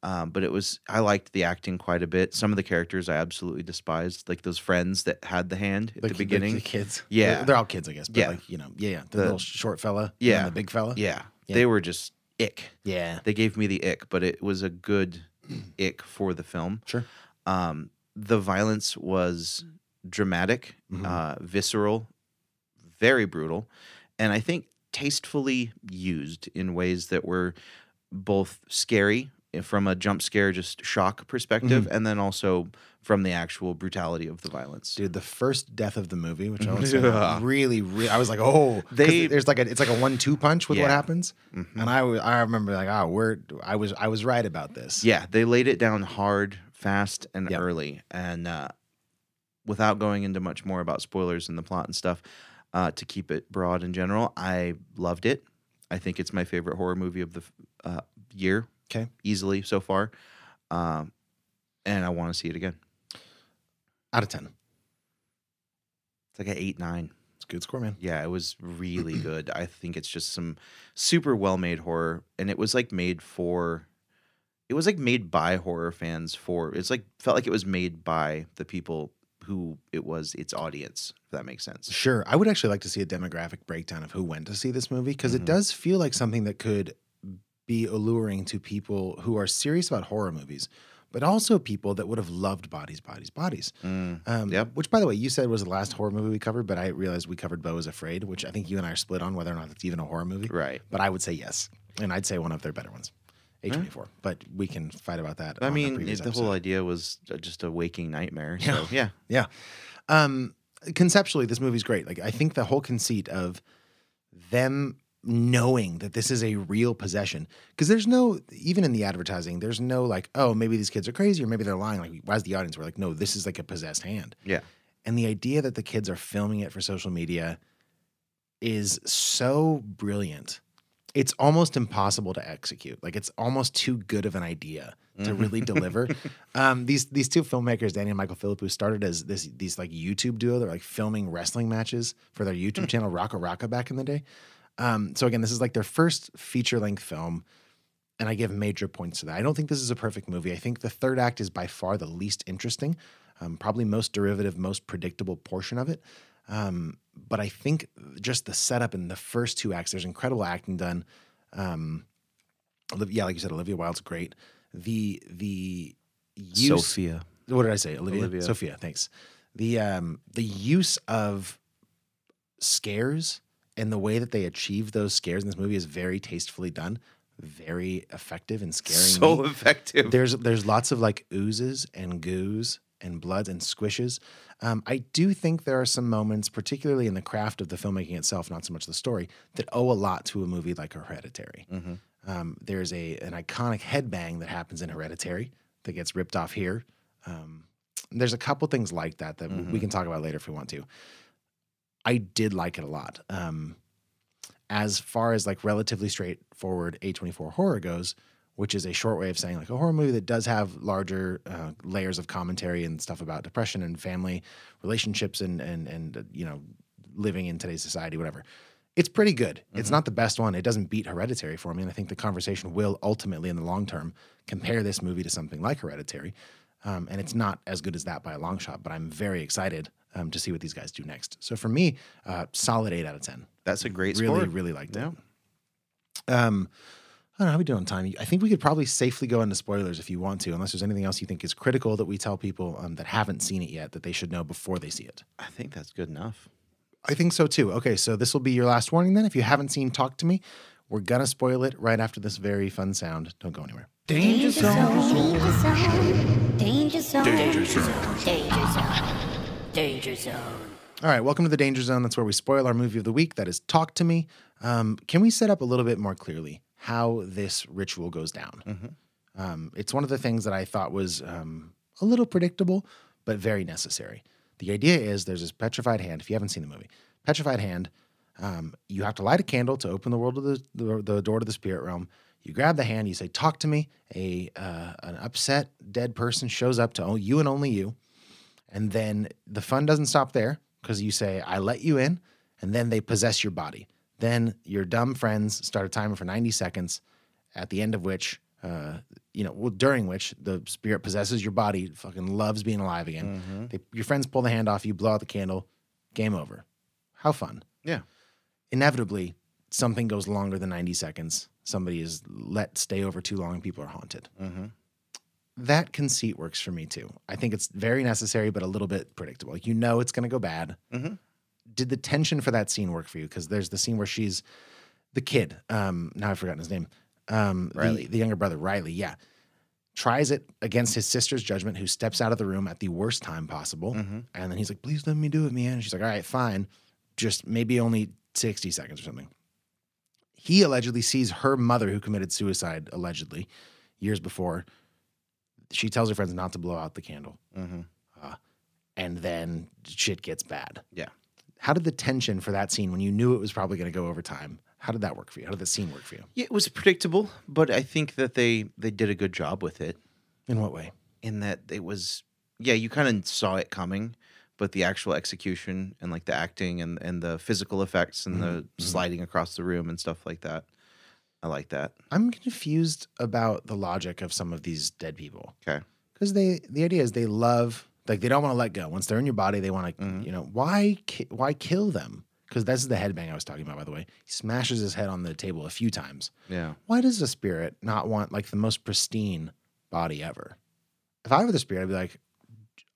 [SPEAKER 2] Um, but it was I liked the acting quite a bit. Some of the characters I absolutely despised, like those friends that had the hand at
[SPEAKER 1] The
[SPEAKER 2] the,
[SPEAKER 1] ki-
[SPEAKER 2] beginning.
[SPEAKER 1] the kids.
[SPEAKER 2] Yeah.
[SPEAKER 1] They're, they're all kids, I guess. But
[SPEAKER 2] Yeah.
[SPEAKER 1] like, you know, yeah, yeah. The,
[SPEAKER 2] The-
[SPEAKER 1] little short fella. and
[SPEAKER 2] Yeah.
[SPEAKER 1] the big fella.
[SPEAKER 2] Yeah.
[SPEAKER 1] Yeah.
[SPEAKER 2] They were just ick.
[SPEAKER 1] Yeah.
[SPEAKER 2] They gave me the ick, but it was a good ick for the film.
[SPEAKER 1] Sure.
[SPEAKER 2] Um, the violence was dramatic,
[SPEAKER 1] Mhm.
[SPEAKER 2] uh, visceral, very brutal, and I think tastefully used in ways that were both scary eh, from a jump scare, just shock perspective,
[SPEAKER 1] Mm-hmm.
[SPEAKER 2] and then also from the actual brutality of the violence.
[SPEAKER 1] Dude, the first death of the movie, which I was
[SPEAKER 2] Yeah.
[SPEAKER 1] really, really, I was like, oh, 'cause
[SPEAKER 2] They-
[SPEAKER 1] there's like a, it's like a one-two punch with what
[SPEAKER 2] Yeah. Mm-hmm.
[SPEAKER 1] happens, and I, was- I remember like, ah, we're, I was, I was right about this.
[SPEAKER 2] Yeah, they laid it down hard, fast, and
[SPEAKER 1] Yep.
[SPEAKER 2] early. And uh, without going into much more about spoilers and the plot and stuff, uh, to keep it broad in general, I loved it. I think it's my favorite horror movie of the f- uh, year,
[SPEAKER 1] Okay.
[SPEAKER 2] easily so far. Um, and I want to see it again.
[SPEAKER 1] Out of ten,
[SPEAKER 2] It's like an eight nine.
[SPEAKER 1] it's a good score, man.
[SPEAKER 2] Yeah, it was really good. I think it's just some super well made horror, and it was like made for. It was like made by horror fans for. It's like felt like it was made by the people who it was its audience. If that makes sense.
[SPEAKER 1] Sure. I would actually like to see a demographic breakdown of who went to see this movie because
[SPEAKER 2] Mm-hmm.
[SPEAKER 1] it does feel like something that could be alluring to people who are serious about horror movies, but also people that would have loved Bodies, Bodies, Bodies. Um,
[SPEAKER 2] Mm, Yep.
[SPEAKER 1] Which, by the way, you said was the last horror movie we covered, but I realized we covered Bo is Afraid, which I think you and I are split on whether or not it's even a horror movie.
[SPEAKER 2] Right.
[SPEAKER 1] But I would say yes. And I'd say one of their better ones, A24. But we can fight about that.
[SPEAKER 2] Oh, I
[SPEAKER 1] on a
[SPEAKER 2] mean,
[SPEAKER 1] previous
[SPEAKER 2] it- the
[SPEAKER 1] episode.
[SPEAKER 2] whole idea was uh, just a waking nightmare. So yeah,
[SPEAKER 1] Yeah. Um, conceptually, this movie's great. Like, I think the whole conceit of them knowing that this is a real possession, because there's no, even in the advertising, there's no like, oh, maybe these kids are crazy or maybe they're lying. Like, why is the audience? We're like, no, this is like a possessed hand.
[SPEAKER 2] yeah.
[SPEAKER 1] And the idea that the kids are filming it for social media is so brilliant. it's almost impossible to execute. Like it's almost too good of an idea to really deliver. Um, these these two filmmakers, Danny and Michael Philippou, started as this these like YouTube duo. They're like filming wrestling matches for their YouTube channel Rocka Rocka back in the day. Um, so again, this is like their first feature length film, and I give major points to that. I don't think this is a perfect movie. I think the third act is by far the least interesting, um, probably most derivative, most predictable portion of it. Um, but I think just the setup in the first two acts, there's incredible acting done. Um, Oliv- yeah, like you said, Olivia Wilde's great. The the use,
[SPEAKER 2] Sophia.
[SPEAKER 1] What did I say? Olivia?
[SPEAKER 2] Olivia.
[SPEAKER 1] Sophia. Thanks. The um, the use of scares and the way that they achieve those scares in this movie is very tastefully done, very effective and scaring.
[SPEAKER 2] So
[SPEAKER 1] me.
[SPEAKER 2] effective.
[SPEAKER 1] There's there's lots of like oozes and goos and bloods and squishes. Um, I do think there are some moments, particularly in the craft of the filmmaking itself, not so much the story, that owe a lot to a movie like Hereditary. Um, there's a an iconic headbang that happens in Hereditary that gets ripped off here. Um, there's a couple things like that that we can talk about later if we want to. I did like it a lot. Um, as far as like relatively straightforward A24 horror goes, which is a short way of saying like a horror movie that does have larger uh, layers of commentary and stuff about depression and family relationships and and and uh, you know living in today's society, whatever. It's pretty good. It's not the best one. It doesn't beat Hereditary for me, and I think the conversation will ultimately, in the long term, compare this movie to something like Hereditary. Um, and it's not as good as that by a long shot, but I'm very excited um, to see what these guys do next. So for me, uh, solid eight out of ten.
[SPEAKER 2] That's a great
[SPEAKER 1] really,
[SPEAKER 2] score.
[SPEAKER 1] really liked
[SPEAKER 2] Yeah.
[SPEAKER 1] it. Um, I don't know how we do on time. I think we could probably safely go into spoilers if you want to, unless there's anything else you think is critical that we tell people um, that haven't seen it yet that they should know before they see it.
[SPEAKER 2] I think that's good enough.
[SPEAKER 1] I think so too. Okay, so this will be your last warning then. If you haven't seen Talk to Me, we're gonna spoil it right after this very fun sound. Don't go anywhere.
[SPEAKER 6] Danger zone.
[SPEAKER 11] Danger zone. Danger zone. Danger zone. Danger zone. Danger zone.
[SPEAKER 1] All right, welcome to the Danger Zone. That's where we spoil our movie of the week. That is Talk to Me. Um, can we set up a little bit more clearly how this ritual goes down? Um, it's one of the things that I thought was um, a little predictable, but very necessary. The idea is there's this petrified hand. If you haven't seen the movie, petrified hand, um, you have to light a candle to open the world of the, the, the door to the spirit realm. You grab the hand, you say, "Talk to me." A uh, an upset dead person shows up to o- you and only you, and then the fun doesn't stop there because you say, "I let you in," and then they possess your body. Then your dumb friends start a timer for 90 seconds, at the end of which, uh, you know, well, during which the spirit possesses your body, fucking loves being alive again. They, your friends pull the hand off, you blow out the candle, game over. How fun.
[SPEAKER 2] Yeah.
[SPEAKER 1] Inevitably, something goes longer than 90 seconds. Somebody is let stay over too long and people are haunted. That conceit works for me too. I think it's very necessary, but a little bit predictable. Like, you know, it's going to go bad. Did the tension for that scene work for you? Because there's the scene where she's the kid. Um, now I've forgotten his name. Um, the-
[SPEAKER 2] Riley.
[SPEAKER 1] the younger brother, Riley. Yeah tries it against his sister's judgment, who steps out of the room at the worst time possible. And then he's like, please let me do it, man. And she's like, all right, fine. Just maybe only 60 seconds or something. He allegedly sees her mother, who committed suicide allegedly years before. She tells her friends not to blow out the candle. Uh, and then shit gets bad.
[SPEAKER 2] Yeah.
[SPEAKER 1] How did the tension for that scene, when you knew it was probably going to go over time, how did that work for you? How did the scene work for you?
[SPEAKER 2] Yeah, it was predictable, but I think that they they did a good job with it
[SPEAKER 1] In what way?
[SPEAKER 2] in that it was yeah, you kind of saw it coming, but the actual execution and like the acting and and the physical effects and
[SPEAKER 1] Mm-hmm,
[SPEAKER 2] the sliding across the room and stuff like that. I like that.
[SPEAKER 1] I'm confused about the logic of some of these dead people.
[SPEAKER 2] Okay.
[SPEAKER 1] because they the idea is they love like they don't want to let go once they're in your body they want to you know why ki- why kill them because this is the headbang i was talking about by the way he smashes his head on the table a few times
[SPEAKER 2] Yeah.
[SPEAKER 1] why does a spirit not want like the most pristine body ever if i were the spirit i'd be like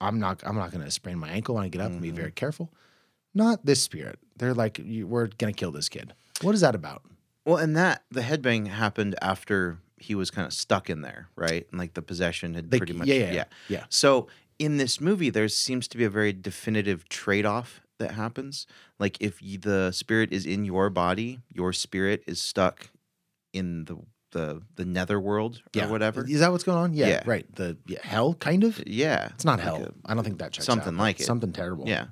[SPEAKER 1] i'm not i'm not going to sprain my ankle when i get up
[SPEAKER 2] Mm-hmm.
[SPEAKER 1] and be very careful not this spirit they're like "You- we're going to kill this kid what is that about
[SPEAKER 2] Well, and that the headbang happened after he was kind of stuck in there, right? And like the possession had
[SPEAKER 1] Like,
[SPEAKER 2] pretty much
[SPEAKER 1] yeah, yeah, yeah.
[SPEAKER 2] So in this movie, there seems to be a very definitive trade-off that happens. Like if you, the spirit is in your body, your spirit is stuck in the the the netherworld or whatever.
[SPEAKER 1] is that what's going on yeah,
[SPEAKER 2] Yeah.
[SPEAKER 1] right the yeah, hell kind of
[SPEAKER 2] Yeah,
[SPEAKER 1] it's not
[SPEAKER 2] Like
[SPEAKER 1] hell
[SPEAKER 2] a-
[SPEAKER 1] I i don't think that checks
[SPEAKER 2] something
[SPEAKER 1] out, but
[SPEAKER 2] like it.
[SPEAKER 1] something terrible
[SPEAKER 2] yeah.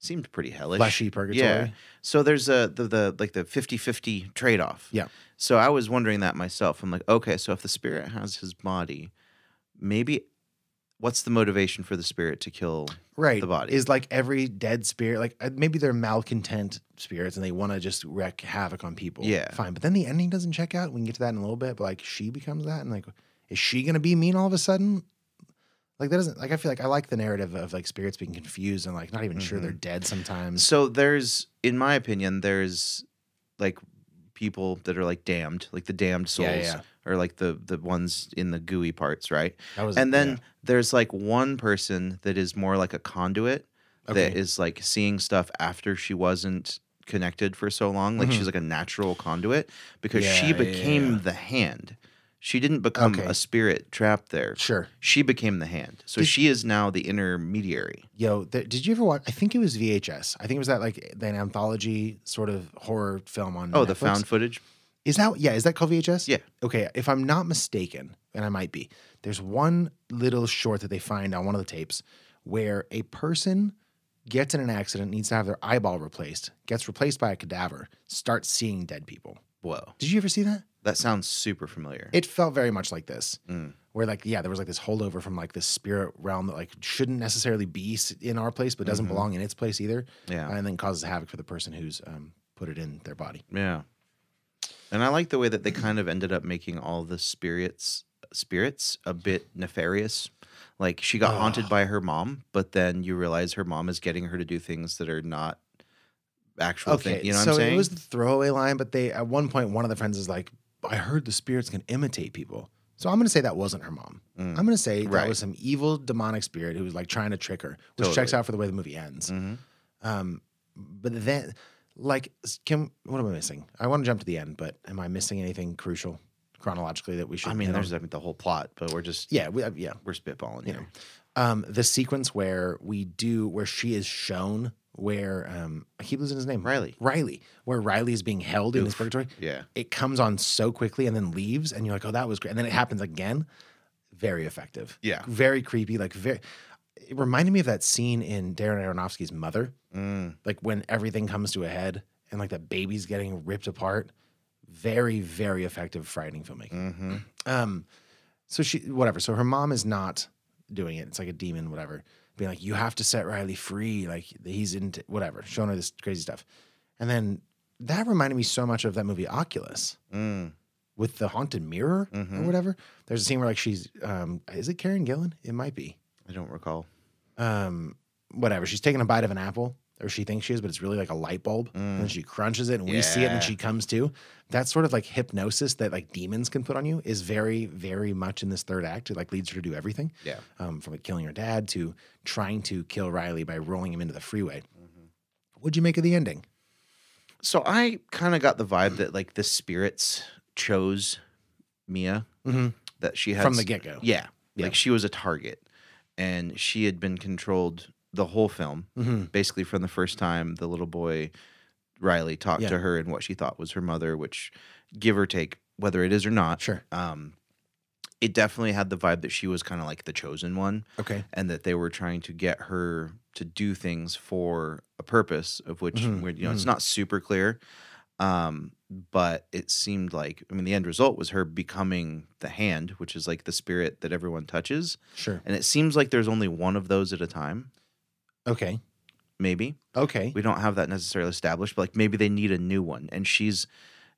[SPEAKER 2] seemed pretty hellish.
[SPEAKER 1] Fleshy purgatory.
[SPEAKER 2] Yeah. So there's a the, the like the 50-50 trade-off.
[SPEAKER 1] Yeah.
[SPEAKER 2] So I was wondering that myself. I'm like, okay, so if the spirit has his body, maybe what's the motivation for the spirit to kill
[SPEAKER 1] right
[SPEAKER 2] the body?
[SPEAKER 1] is like every dead spirit like uh, maybe they're malcontent spirits and they want to just wreak havoc on people
[SPEAKER 2] Yeah.
[SPEAKER 1] fine but then the ending doesn't check out we can get to that in a little bit but like she becomes that and like is she gonna be mean all of a sudden like that doesn't like i feel like i like the narrative of like spirits being confused and like not even sure
[SPEAKER 2] Mm-hmm.
[SPEAKER 1] they're dead sometimes
[SPEAKER 2] So there's, in my opinion, there's like people that are like damned, like the damned souls,
[SPEAKER 1] Yeah, yeah.
[SPEAKER 2] or like the the ones in the gooey parts, right?
[SPEAKER 1] That was-
[SPEAKER 2] and then
[SPEAKER 1] yeah.
[SPEAKER 2] there's like one person that is more like a conduit that
[SPEAKER 1] Okay.
[SPEAKER 2] is like seeing stuff after she wasn't connected for so long. Like she's like a natural conduit because
[SPEAKER 1] Mm-hmm. Yeah,
[SPEAKER 2] she
[SPEAKER 1] yeah,
[SPEAKER 2] became
[SPEAKER 1] yeah.
[SPEAKER 2] the hand. She didn't become
[SPEAKER 1] Okay.
[SPEAKER 2] a spirit trapped there.
[SPEAKER 1] Sure.
[SPEAKER 2] She became the hand. So she is now the intermediary.
[SPEAKER 1] Yo, th- did you ever watch? I think it was VHS. I think it was that like an anthology sort of horror film on.
[SPEAKER 2] Oh, the
[SPEAKER 1] Netflix.
[SPEAKER 2] found footage.
[SPEAKER 1] Is that yeah? Is that called VHS?
[SPEAKER 2] Yeah.
[SPEAKER 1] Okay. If I'm not mistaken, and I might be, there's one little short that they find on one of the tapes where a person gets in an accident, needs to have their eyeball replaced, gets replaced by a cadaver, starts seeing dead people.
[SPEAKER 2] Whoa.
[SPEAKER 1] Did you ever see that?
[SPEAKER 2] That sounds super familiar.
[SPEAKER 1] It felt very much like this,
[SPEAKER 2] Mm.
[SPEAKER 1] where like yeah, there was like this holdover from like this spirit realm that like shouldn't necessarily be s- in our place, but doesn't belong in its place either.
[SPEAKER 2] Mm-hmm. Yeah.
[SPEAKER 1] and then causes havoc for the person who's um, put it in their body.
[SPEAKER 2] yeah. And I like the way that they kind of ended up making all the spirits spirits a bit nefarious. Like she got haunted by her mom, but then you realize her mom is getting her to do things that are not actual
[SPEAKER 1] Okay,
[SPEAKER 2] things. You know
[SPEAKER 1] so
[SPEAKER 2] what I'm saying?
[SPEAKER 1] it was the throwaway line, but they at one point one of the friends is like, "I heard the spirits can imitate people." So I'm gonna say that wasn't her mom. I'm gonna say that
[SPEAKER 2] Mm. Right.
[SPEAKER 1] was some evil demonic spirit who was like trying to trick her, which
[SPEAKER 2] Totally. Mm-hmm.
[SPEAKER 1] checks out for the way the movie ends. Um, but then, like, s- can what am I missing? I want to jump to the end, but am I missing anything crucial chronologically that we should?
[SPEAKER 2] I mean,
[SPEAKER 1] hit on?
[SPEAKER 2] there's I mean, the whole plot, but we're just
[SPEAKER 1] yeah, we, uh, yeah,
[SPEAKER 2] we're spitballing here.
[SPEAKER 1] um, the sequence where we do where she is shown where um, I keep losing his name
[SPEAKER 2] Riley.
[SPEAKER 1] Riley where Riley is being held in this purgatory
[SPEAKER 2] yeah.
[SPEAKER 1] it comes on so quickly and then leaves and you're like oh that was great and then it happens again very effective
[SPEAKER 2] Yeah.
[SPEAKER 1] very creepy like very it reminded me of that scene in Darren Aronofsky's Mother like when everything comes to a head and like that baby's getting ripped apart very very effective frightening filmmaking um so she whatever so her mom is not doing it it's like a demon whatever being like you have to set riley free like he's into whatever showing her this crazy stuff and then that reminded me so much of that movie oculus with the haunted mirror
[SPEAKER 2] Mm-hmm.
[SPEAKER 1] or whatever there's a scene where like she's um is it karen gillan it might be
[SPEAKER 2] I don't recall.
[SPEAKER 1] um, whatever. She's taking a bite of an apple, or she thinks she is, but it's really like a light bulb. And then she crunches it, and we see it,
[SPEAKER 2] Mm. Yeah.
[SPEAKER 1] and she comes to. That sort of like hypnosis that like demons can put on you is very, very much in this third act. It like leads her to do everything.
[SPEAKER 2] Yeah.
[SPEAKER 1] Um, from like killing her dad to trying to kill Riley by rolling him into the freeway.
[SPEAKER 2] Mm-hmm.
[SPEAKER 1] What'd you make of the ending?
[SPEAKER 2] So I kind of got the vibe that like the spirits chose Mia that she had
[SPEAKER 1] Mm-hmm. From the get-go.
[SPEAKER 2] Yeah, like she was a target, and she had been controlled the whole film,
[SPEAKER 1] Mm-hmm.
[SPEAKER 2] basically from the first time the little boy Riley talked
[SPEAKER 1] Yeah.
[SPEAKER 2] to her and what she thought was her mother, which give or take whether it is or not,
[SPEAKER 1] Sure.
[SPEAKER 2] Um, it definitely had the vibe that she was kind of like the chosen one,
[SPEAKER 1] Okay.
[SPEAKER 2] and that they were trying to get her to do things for a purpose of which we're, you know it's not super clear um but it seemed like i mean the end result was her becoming the hand which is like the spirit that everyone touches
[SPEAKER 1] Sure.
[SPEAKER 2] and it seems like there's only one of those at a time
[SPEAKER 1] Okay.
[SPEAKER 2] maybe
[SPEAKER 1] Okay.
[SPEAKER 2] we don't have that necessarily established but like maybe they need a new one and she's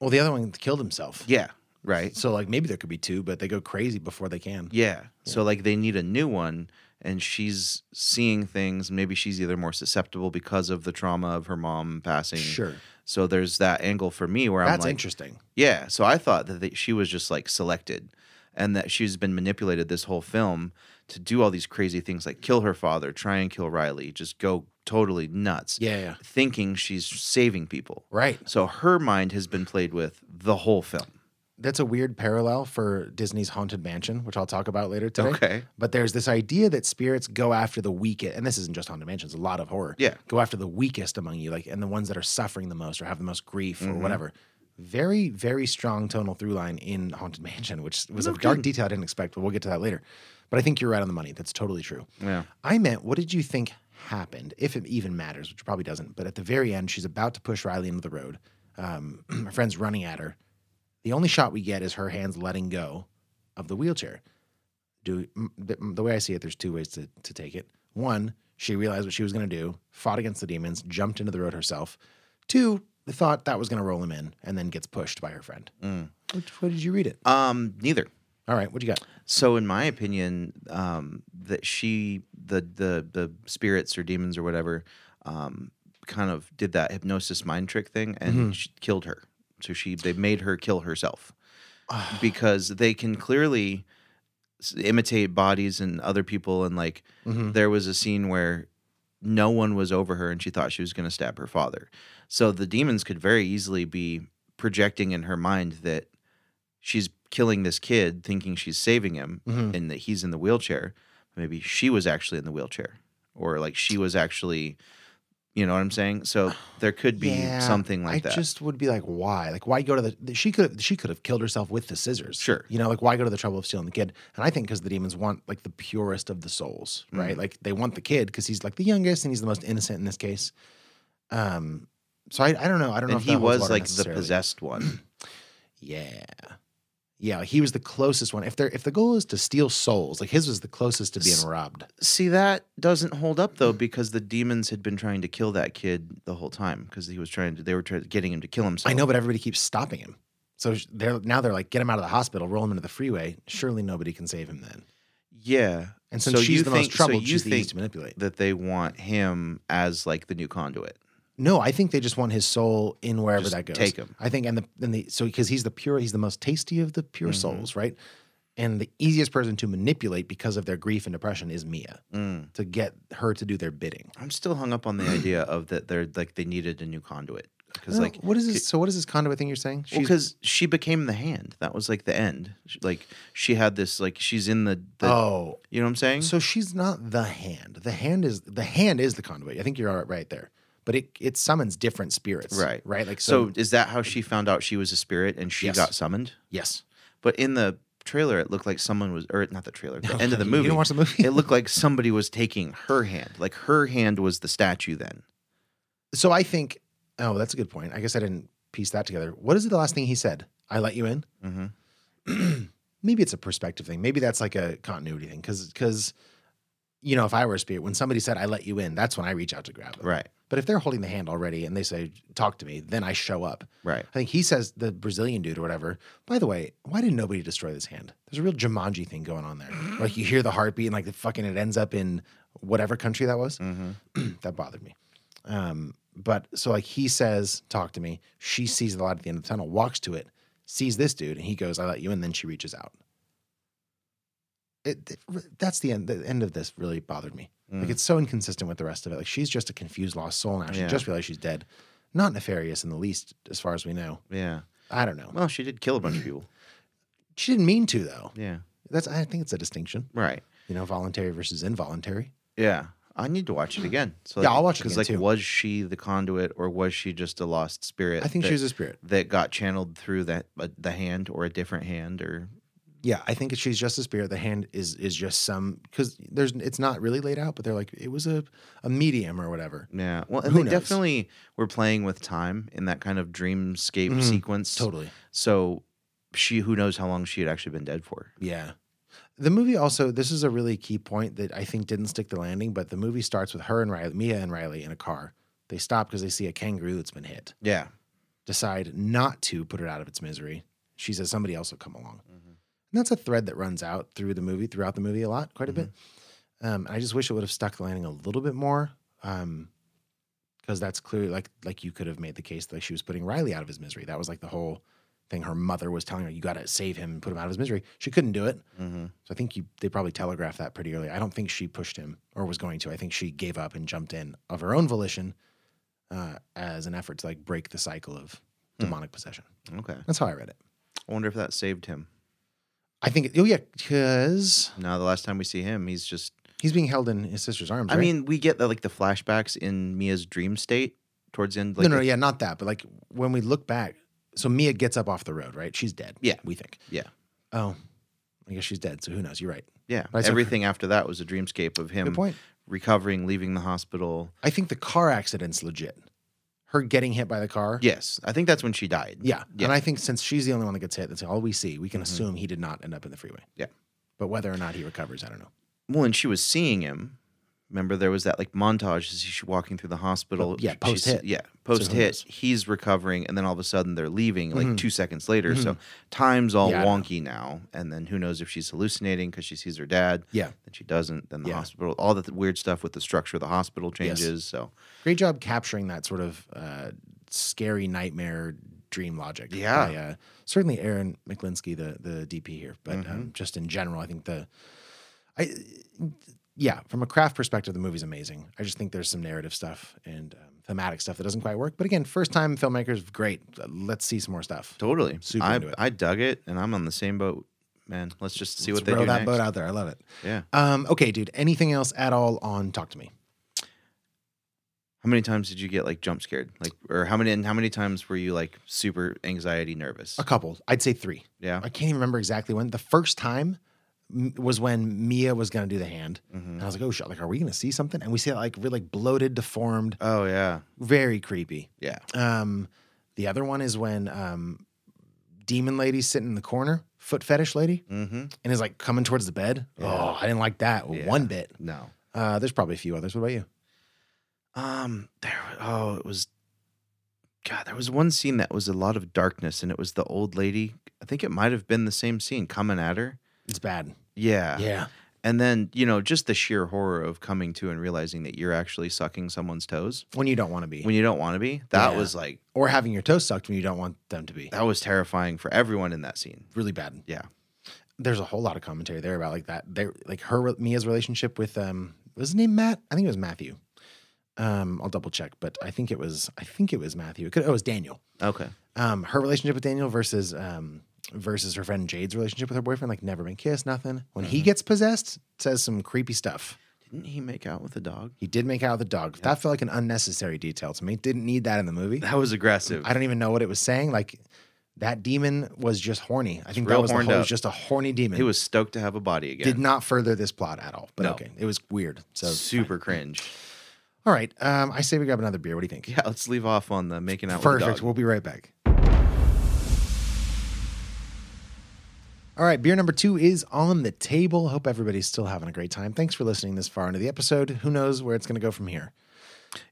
[SPEAKER 1] Well, the other one killed himself.
[SPEAKER 2] yeah right
[SPEAKER 1] So like maybe there could be two, but they go crazy before they can.
[SPEAKER 2] Yeah. So like they need a new one and she's seeing things maybe she's either more susceptible because of the trauma of her mom passing.
[SPEAKER 1] Sure.
[SPEAKER 2] So there's that angle for me where I'm
[SPEAKER 1] That's
[SPEAKER 2] like
[SPEAKER 1] interesting.
[SPEAKER 2] Yeah, so I thought that they, she was just like selected and that she's been manipulated this whole film to do all these crazy things like kill her father, try and kill Riley, just go totally nuts.
[SPEAKER 1] Yeah, yeah.
[SPEAKER 2] Thinking she's saving people.
[SPEAKER 1] Right.
[SPEAKER 2] So her mind has been played with the whole film.
[SPEAKER 1] that's a weird parallel for Disney's Haunted Mansion, which I'll talk about later today.
[SPEAKER 2] Okay.
[SPEAKER 1] But there's this idea that spirits go after the weakest, and this isn't just Haunted Mansion, it's a lot of horror.
[SPEAKER 2] Yeah.
[SPEAKER 1] Go after the weakest among you, like, and the ones that are suffering the most or have the most grief or
[SPEAKER 2] Mm-hmm.
[SPEAKER 1] whatever. Very, very strong tonal through line in Haunted Mansion, which was a dark detail I didn't expect, but we'll get to that later. But I think you're right on the money. That's totally true.
[SPEAKER 2] Yeah.
[SPEAKER 1] I meant, what did you think happened, if it even matters, which probably doesn't. But at the very end, she's about to push Riley into the road. Um, her friend's running at her. The only shot we get is her hands letting go of the wheelchair. Do the, the way I see it, there's two ways to, to take it. One, she realized what she was going to do, fought against the demons, jumped into the road herself. Two, the thought that was going to roll him in, and then gets pushed by her friend.
[SPEAKER 2] Mm.
[SPEAKER 1] Which way did you read it?
[SPEAKER 2] Um, neither.
[SPEAKER 1] All right, what you got?
[SPEAKER 2] So, in my opinion, um, that she, the the the spirits or demons or whatever, um, kind of did that hypnosis mind trick thing and
[SPEAKER 1] Mhm.
[SPEAKER 2] she killed her. So she they made her kill herself because they can clearly s- imitate bodies and other people and like
[SPEAKER 1] Mhm.
[SPEAKER 2] there was a scene where no one was over her and she thought she was going to stab her father. So the demons could very easily be projecting in her mind that she's killing this kid thinking she's saving him
[SPEAKER 1] Mhm.
[SPEAKER 2] and that he's in the wheelchair. Maybe she was actually in the wheelchair or like she was actually, you know what I'm saying? So there could be
[SPEAKER 1] Yeah,
[SPEAKER 2] something like
[SPEAKER 1] I
[SPEAKER 2] that.
[SPEAKER 1] just would be like, why? Like, why go to the? She could she could have killed herself with the scissors.
[SPEAKER 2] Sure.
[SPEAKER 1] You know, like why go to the trouble of stealing the kid? And I think because the demons want like the purest of the souls,
[SPEAKER 2] Mm.
[SPEAKER 1] right? Like they want the kid because he's like the youngest and he's the most innocent in this case. Um. So I, I don't know. I don't know.
[SPEAKER 2] and
[SPEAKER 1] if
[SPEAKER 2] he
[SPEAKER 1] that holds
[SPEAKER 2] was
[SPEAKER 1] water
[SPEAKER 2] like the
[SPEAKER 1] necessarily.
[SPEAKER 2] possessed one.
[SPEAKER 1] Yeah. Yeah, like, he was the closest one. If they if the goal is to steal souls, like his was the closest to being
[SPEAKER 2] S-
[SPEAKER 1] robbed.
[SPEAKER 2] See, that doesn't hold up
[SPEAKER 1] Mm.
[SPEAKER 2] though because the demons had been trying to kill that kid the whole time because he was trying to, they were trying, getting him to kill himself.
[SPEAKER 1] I know, but everybody keeps stopping him. So sh- they're now they're like, get him out of the hospital, roll him into the
[SPEAKER 2] Mm.
[SPEAKER 1] freeway. Surely nobody can save him then.
[SPEAKER 2] Yeah.
[SPEAKER 1] And since she's
[SPEAKER 2] you
[SPEAKER 1] the most
[SPEAKER 2] think-
[SPEAKER 1] troubled,
[SPEAKER 2] you
[SPEAKER 1] she's the
[SPEAKER 2] think
[SPEAKER 1] easiest to manipulate.
[SPEAKER 2] That they want him as like the new conduit.
[SPEAKER 1] No, I think they just want his soul in wherever
[SPEAKER 2] Just
[SPEAKER 1] that goes.
[SPEAKER 2] take him.
[SPEAKER 1] I think, and the and the so because he's the pure, he's the most tasty of the pure
[SPEAKER 2] Mhm.
[SPEAKER 1] souls, right? And the easiest person to manipulate because of their grief and depression is Mia
[SPEAKER 2] Mm.
[SPEAKER 1] to get her to do their bidding.
[SPEAKER 2] I'm still hung up on the idea of that they're like they needed a new conduit because
[SPEAKER 1] No,
[SPEAKER 2] like
[SPEAKER 1] what is this? So what is this conduit thing you're saying? She's-
[SPEAKER 2] because she became the hand. That was like the end. She- Like she had this like she's in the, the
[SPEAKER 1] oh,
[SPEAKER 2] you know what I'm saying?
[SPEAKER 1] so she's not the hand. The hand is the hand is the conduit. I think you're right- right there. But it it summons different spirits,
[SPEAKER 2] right,
[SPEAKER 1] Right, like
[SPEAKER 2] so,
[SPEAKER 1] so.
[SPEAKER 2] is that how she found out she was a spirit and she
[SPEAKER 1] Yes.
[SPEAKER 2] got summoned?
[SPEAKER 1] yes,
[SPEAKER 2] But in the trailer, it looked like someone was, or not the trailer, the end of the
[SPEAKER 1] You
[SPEAKER 2] movie.
[SPEAKER 1] didn't watch the movie?
[SPEAKER 2] it looked like somebody was taking her hand. Like her hand was the statue then.
[SPEAKER 1] so I think. Oh, that's a good point. I guess I didn't piece that together. What is the last thing he said? I let you in.
[SPEAKER 2] Mm-hmm.
[SPEAKER 1] maybe it's a perspective thing. Maybe that's like a continuity thing. Because you know, if I were a spirit, when somebody said I let you in, that's when I reach out to grab them.
[SPEAKER 2] Right,
[SPEAKER 1] But if they're holding the hand already and they say talk to me, then I show up.
[SPEAKER 2] right.
[SPEAKER 1] I think he says the Brazilian dude or whatever. By the way, why did nobody destroy this hand? There's a real Jumanji thing going on there. Like you hear the heartbeat and like the fucking it ends up in whatever country that was.
[SPEAKER 2] Mm-hmm.
[SPEAKER 1] that bothered me. Um, but so like he says, talk to me. She sees the light at the end of the tunnel, walks to it, sees this dude, and he goes, I let you in. Then she reaches out. It, it- that's the end. The end of this really bothered me. Like
[SPEAKER 2] Mm.
[SPEAKER 1] it's so inconsistent with the rest of it. Like she's just a confused, lost soul now. She
[SPEAKER 2] Yeah.
[SPEAKER 1] just realized she's dead. Not nefarious in the least, as far as we know.
[SPEAKER 2] Yeah.
[SPEAKER 1] I don't know.
[SPEAKER 2] Well, she did kill a bunch of people.
[SPEAKER 1] she didn't mean to though.
[SPEAKER 2] Yeah.
[SPEAKER 1] That's I think it's a distinction.
[SPEAKER 2] Right.
[SPEAKER 1] You know, voluntary versus involuntary.
[SPEAKER 2] Yeah. I need to watch it again. So
[SPEAKER 1] Yeah,
[SPEAKER 2] like-
[SPEAKER 1] I'll watch it
[SPEAKER 2] 'cause,
[SPEAKER 1] again,
[SPEAKER 2] like,
[SPEAKER 1] too.
[SPEAKER 2] was she the conduit or was she just a lost spirit?
[SPEAKER 1] I think
[SPEAKER 2] that,
[SPEAKER 1] she was a spirit.
[SPEAKER 2] that got channeled through that uh, the hand or a different hand or
[SPEAKER 1] Yeah, I think she's just a spirit. The hand is is just some because there's it's not really laid out, but they're like it was a a medium or whatever.
[SPEAKER 2] yeah. Well, and
[SPEAKER 1] Who
[SPEAKER 2] they
[SPEAKER 1] knows?
[SPEAKER 2] definitely were playing with time in that kind of dreamscape
[SPEAKER 1] Mhm.
[SPEAKER 2] sequence.
[SPEAKER 1] Totally.
[SPEAKER 2] So she who knows how long she had actually been dead for.
[SPEAKER 1] Yeah. The movie also this is a really key point that I think didn't stick the landing, but the movie starts with her and Riley, Mia and Riley in a car. They stop because they see a kangaroo that's been hit.
[SPEAKER 2] Yeah.
[SPEAKER 1] Decide not to put it out of its misery. She says somebody else will come along. And that's a thread that runs out through the movie, throughout the movie a lot, quite a bit. Um, I just wish it would have stuck the landing a little bit more. Um, because that's clearly like like you could have made the case that she was putting Riley out of his misery. That was like the whole thing. Her mother was telling her, "You got to save him and put him out of his misery." She couldn't do it,
[SPEAKER 2] Mm-hmm.
[SPEAKER 1] so I think you, they probably telegraphed that pretty early. I don't think she pushed him or was going to. I think she gave up and jumped in of her own volition uh, as an effort to like break the cycle of demonic possession.
[SPEAKER 2] Okay.
[SPEAKER 1] Hmm. That's how I read it.
[SPEAKER 2] I wonder if that saved him.
[SPEAKER 1] I think. It, oh yeah, because
[SPEAKER 2] Now the last time we see him, he's just.
[SPEAKER 1] he's being held in his sister's arms.
[SPEAKER 2] I
[SPEAKER 1] right?
[SPEAKER 2] mean, we get the, like the flashbacks in Mia's dream state towards the end. Like
[SPEAKER 1] no, no, yeah, not that, but like when we look back, so Mia gets up off the road, right? She's dead.
[SPEAKER 2] Yeah.
[SPEAKER 1] we think.
[SPEAKER 2] yeah,
[SPEAKER 1] Oh, I guess she's dead. So who knows? You're right.
[SPEAKER 2] yeah.
[SPEAKER 1] Right, so-
[SPEAKER 2] Everything after that was a dreamscape of him
[SPEAKER 1] Good point.
[SPEAKER 2] recovering, leaving the hospital.
[SPEAKER 1] I think the car accident's legit. Her getting hit by the car.
[SPEAKER 2] Yes, I think that's when she died.
[SPEAKER 1] Yeah. Mm-hmm. And I think since she's the only one that gets hit, that's all we see. We can assume he did not end up in the freeway.
[SPEAKER 2] Yeah.
[SPEAKER 1] But whether or not he recovers, I don't know.
[SPEAKER 2] Well, and she was seeing him. Remember, there was that like montage as she's walking through the hospital.
[SPEAKER 1] Well, yeah,
[SPEAKER 2] She's-
[SPEAKER 1] post-hit.
[SPEAKER 2] Yeah, post
[SPEAKER 1] who
[SPEAKER 2] hit.
[SPEAKER 1] knows?
[SPEAKER 2] He's recovering, and then all of a sudden they're leaving like
[SPEAKER 1] Mhm.
[SPEAKER 2] two seconds later. So
[SPEAKER 1] Mhm.
[SPEAKER 2] time's all
[SPEAKER 1] Yeah, I don't
[SPEAKER 2] wonky now. And then who knows if she's hallucinating because she sees her dad.
[SPEAKER 1] Yeah.
[SPEAKER 2] Then she doesn't. Then the
[SPEAKER 1] Yeah.
[SPEAKER 2] hospital, all the weird stuff with the structure of the hospital
[SPEAKER 1] Yes.
[SPEAKER 2] changes. So
[SPEAKER 1] Great job capturing that sort of uh, scary nightmare dream logic.
[SPEAKER 2] Yeah.
[SPEAKER 1] by, uh, certainly Aaron McLinsky, the the DP here, but um,
[SPEAKER 2] Mm-hmm.
[SPEAKER 1] just in general, I think the, I, yeah, from a craft perspective, the movie's amazing. I just think there's some narrative stuff and um, thematic stuff that doesn't quite work. But again, first time filmmakers, great. Let's see some more stuff.
[SPEAKER 2] totally,
[SPEAKER 1] Super
[SPEAKER 2] I,
[SPEAKER 1] into it.
[SPEAKER 2] I dug it, and I'm on the same boat, man. Let's just see
[SPEAKER 1] Let's
[SPEAKER 2] what they
[SPEAKER 1] row
[SPEAKER 2] do
[SPEAKER 1] that
[SPEAKER 2] next.
[SPEAKER 1] boat out there. I love it.
[SPEAKER 2] Yeah.
[SPEAKER 1] Um, okay, dude. Anything else at all on Talk to Me?
[SPEAKER 2] How many times did you get like jump scared? Like, or how many? And how many times were you like super anxiety nervous?
[SPEAKER 1] A couple. I'd say three.
[SPEAKER 2] Yeah.
[SPEAKER 1] I can't even remember exactly when. The first time m- was when Mia was gonna do the hand,
[SPEAKER 2] Mm-hmm.
[SPEAKER 1] and I was like, "Oh shit! Like, are we gonna see something?" And we see it like really like bloated, deformed,
[SPEAKER 2] Oh yeah,
[SPEAKER 1] very creepy.
[SPEAKER 2] yeah.
[SPEAKER 1] Um, the other one is when um, demon lady's sitting in the corner, foot fetish lady,
[SPEAKER 2] Mm-hmm.
[SPEAKER 1] and is like coming towards the bed. Oh, I didn't like that
[SPEAKER 2] Yeah.
[SPEAKER 1] one bit.
[SPEAKER 2] No.
[SPEAKER 1] Uh, there's probably a few others. What about you?
[SPEAKER 2] Um. There. Oh, it was. God, there was one scene that was a lot of darkness, and it was the old lady. I think it might have been the same scene coming at her.
[SPEAKER 1] It's bad.
[SPEAKER 2] Yeah.
[SPEAKER 1] Yeah.
[SPEAKER 2] And then you know just the sheer horror of coming to and realizing that you're actually sucking someone's toes
[SPEAKER 1] When you don't want to be,
[SPEAKER 2] when you don't want to be. That
[SPEAKER 1] Yeah.
[SPEAKER 2] was like
[SPEAKER 1] or having your toes sucked when you don't want them to be.
[SPEAKER 2] that was terrifying for everyone in that scene.
[SPEAKER 1] really bad.
[SPEAKER 2] Yeah.
[SPEAKER 1] there's a whole lot of commentary there about like that. There, like her Mia's relationship with um, was his name Matt? I think it was Matthew. Um, I'll double check, but I think it was I think it was Matthew. It could oh, it was Daniel.
[SPEAKER 2] Okay.
[SPEAKER 1] Um, her relationship with Daniel versus um versus her friend Jade's relationship with her boyfriend, like never been kissed, nothing. When
[SPEAKER 2] Mm-hmm.
[SPEAKER 1] he gets possessed, says some creepy stuff.
[SPEAKER 2] Didn't he make out with a dog?
[SPEAKER 1] He did make out with a dog. That felt like an unnecessary detail to me. Didn't need that in the movie.
[SPEAKER 2] That was aggressive.
[SPEAKER 1] I don't even know what it was saying. Like that demon was just horny. I think that
[SPEAKER 2] real
[SPEAKER 1] was the
[SPEAKER 2] horned
[SPEAKER 1] whole, it
[SPEAKER 2] up.
[SPEAKER 1] was just a horny demon.
[SPEAKER 2] He was stoked to have a body again.
[SPEAKER 1] did not further this plot at all. But
[SPEAKER 2] No.
[SPEAKER 1] okay, it was weird. So
[SPEAKER 2] super cringe.
[SPEAKER 1] all right, um, I say we grab another beer. What do you think?
[SPEAKER 2] Yeah, let's leave off on the making out with
[SPEAKER 1] Perfect.
[SPEAKER 2] the dog.
[SPEAKER 1] We'll be right back. All right, beer number two is on the table. Hope everybody's still having a great time. Thanks for listening this far into the episode. Who knows where it's going to go from here?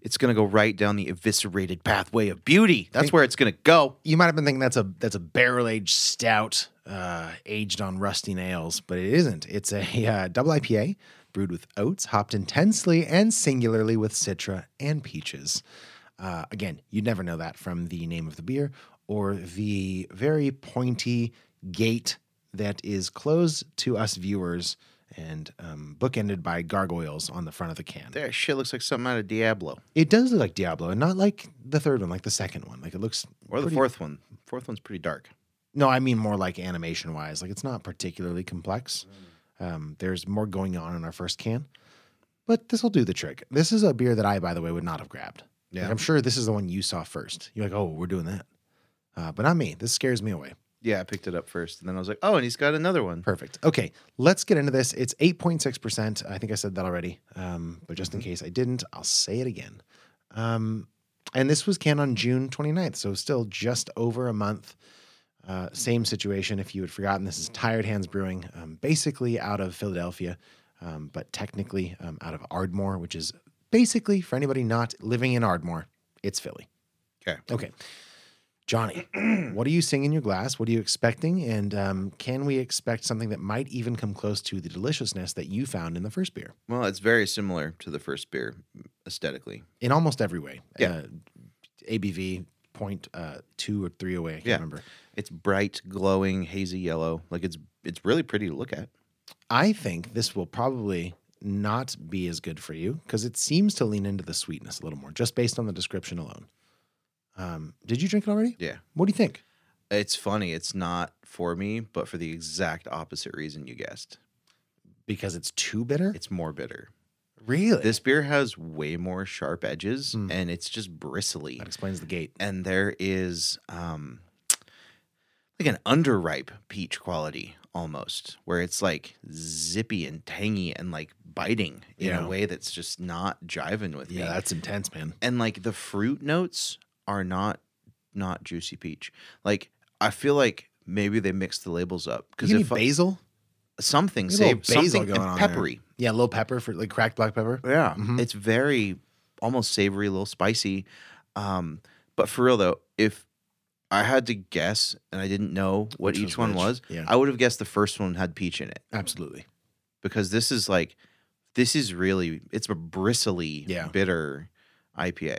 [SPEAKER 2] It's gonna go right down the eviscerated pathway of beauty. That's
[SPEAKER 1] Think-
[SPEAKER 2] where it's gonna go.
[SPEAKER 1] You might have been thinking that's a that's a barrel aged stout uh, aged on rusty nails, but it isn't. It's a uh, double IPA brewed with oats, hopped intensely and singularly with citra and peaches. Uh, again, you'd never know that from the name of the beer or the very pointy gate that is closed to us viewers and um, bookended by gargoyles on the front of the can.
[SPEAKER 2] That shit looks like something out of Diablo
[SPEAKER 1] It does look like Diablo, and not like the third one, like the second one. Like it looks
[SPEAKER 2] or the
[SPEAKER 1] pretty-
[SPEAKER 2] fourth one. Fourth one's pretty dark.
[SPEAKER 1] No, I mean more like animation wise. Like it's not particularly complex. Um, there's more going on in our first can, but this will do the trick. This is a beer that I, by the way, would not have grabbed. Like,
[SPEAKER 2] Yeah.
[SPEAKER 1] I'm sure this is the one you saw first. You're like, oh, we're doing that, uh, but not me. This scares me away.
[SPEAKER 2] Yeah, I picked it up first, and then I was like, oh, and he's got another one.
[SPEAKER 1] Perfect. Okay, let's get into this. It's 8.6%. I think I said that already, um, but just in case I didn't, I'll say it again. Um, and this was canned on June 29th, so still just over a month. Uh, same situation if you had forgotten. This is Tired Hands Brewing, um, basically out of Philadelphia, um, but technically um, out of Ardmore, which is basically for anybody not living in Ardmore, it's Philly.
[SPEAKER 2] Okay.
[SPEAKER 1] Okay. Johnny, what are you seeing in your glass? What are you expecting? And um, can we expect something that might even come close to the deliciousness that you found in the first beer?
[SPEAKER 2] Well, it's very similar to the first beer aesthetically.
[SPEAKER 1] In almost every way.
[SPEAKER 2] Yeah.
[SPEAKER 1] Uh, ABV point uh, two or three away. I can't
[SPEAKER 2] Yeah.
[SPEAKER 1] remember.
[SPEAKER 2] It's bright, glowing, hazy yellow. Like it's it's really pretty to look at.
[SPEAKER 1] I think this will probably not be as good for you because it seems to lean into the sweetness a little more, just based on the description alone. Um, did you drink it already?
[SPEAKER 2] Yeah.
[SPEAKER 1] What do you think?
[SPEAKER 2] It's funny. It's not for me, but for the exact opposite reason you guessed.
[SPEAKER 1] Because it's too bitter?
[SPEAKER 2] It's more bitter.
[SPEAKER 1] really?
[SPEAKER 2] This beer has way more sharp edges
[SPEAKER 1] Mm.
[SPEAKER 2] and it's just bristly.
[SPEAKER 1] that explains the gate.
[SPEAKER 2] And there is um like an underripe peach quality almost, where it's like zippy and tangy and like biting in
[SPEAKER 1] Yeah.
[SPEAKER 2] a way that's just not jiving with me.
[SPEAKER 1] Yeah, that's intense, man.
[SPEAKER 2] and like the fruit notes are not not juicy peach. Like I feel like maybe they mixed the labels up
[SPEAKER 1] You need
[SPEAKER 2] I-
[SPEAKER 1] basil?
[SPEAKER 2] something
[SPEAKER 1] Maybe a little
[SPEAKER 2] saved something and
[SPEAKER 1] there.
[SPEAKER 2] peppery.
[SPEAKER 1] Yeah, a little pepper for like cracked black pepper.
[SPEAKER 2] Yeah, it's very almost savory, a little spicy. Um, but for real though, if I had to guess and I didn't know what
[SPEAKER 1] Which
[SPEAKER 2] each
[SPEAKER 1] was
[SPEAKER 2] one
[SPEAKER 1] which,
[SPEAKER 2] was,
[SPEAKER 1] yeah.
[SPEAKER 2] I would have guessed the first one had peach in it
[SPEAKER 1] Absolutely.
[SPEAKER 2] because this is like this is really it's a bristly,
[SPEAKER 1] Yeah.
[SPEAKER 2] bitter IPA.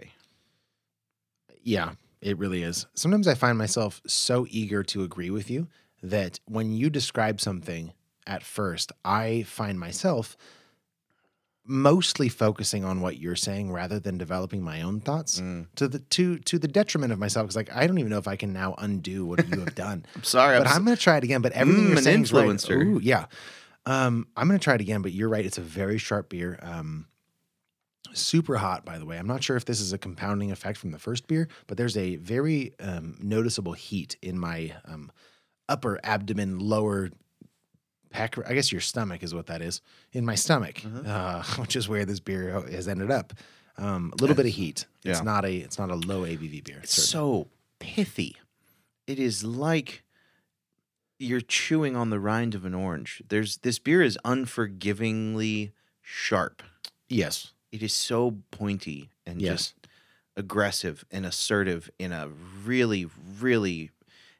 [SPEAKER 1] Yeah, it really is. Sometimes I find myself so eager to agree with you that when you describe something at first, I find myself mostly focusing on what you're saying rather than developing my own thoughts to the to to the detriment of myself because like I don't even know if I can now undo what you have done.
[SPEAKER 2] Sorry,
[SPEAKER 1] but
[SPEAKER 2] I'm s-
[SPEAKER 1] I'm going to try it again. But everything
[SPEAKER 2] Mm,
[SPEAKER 1] you're
[SPEAKER 2] an
[SPEAKER 1] saying is right.
[SPEAKER 2] influencer.
[SPEAKER 1] Ooh, yeah. Um, I'm going to try it again. But you're right; it's a very sharp beer. Um, super hot, by the way. I'm not sure if this is a compounding effect from the first beer, but there's a very um, noticeable heat in my um, upper abdomen, lower pack. I guess your stomach is what that is. In my stomach,
[SPEAKER 2] Mm-hmm.
[SPEAKER 1] uh, which is where this beer has ended up. Um, a little bit of heat. It's
[SPEAKER 2] yeah.
[SPEAKER 1] not a. It's not a low ABV beer.
[SPEAKER 2] It's so pithy. It is like you're chewing on the rind of an orange. There's this beer is unforgivingly sharp.
[SPEAKER 1] yes.
[SPEAKER 2] It is so pointy and
[SPEAKER 1] Yes.
[SPEAKER 2] just aggressive and assertive in a really, really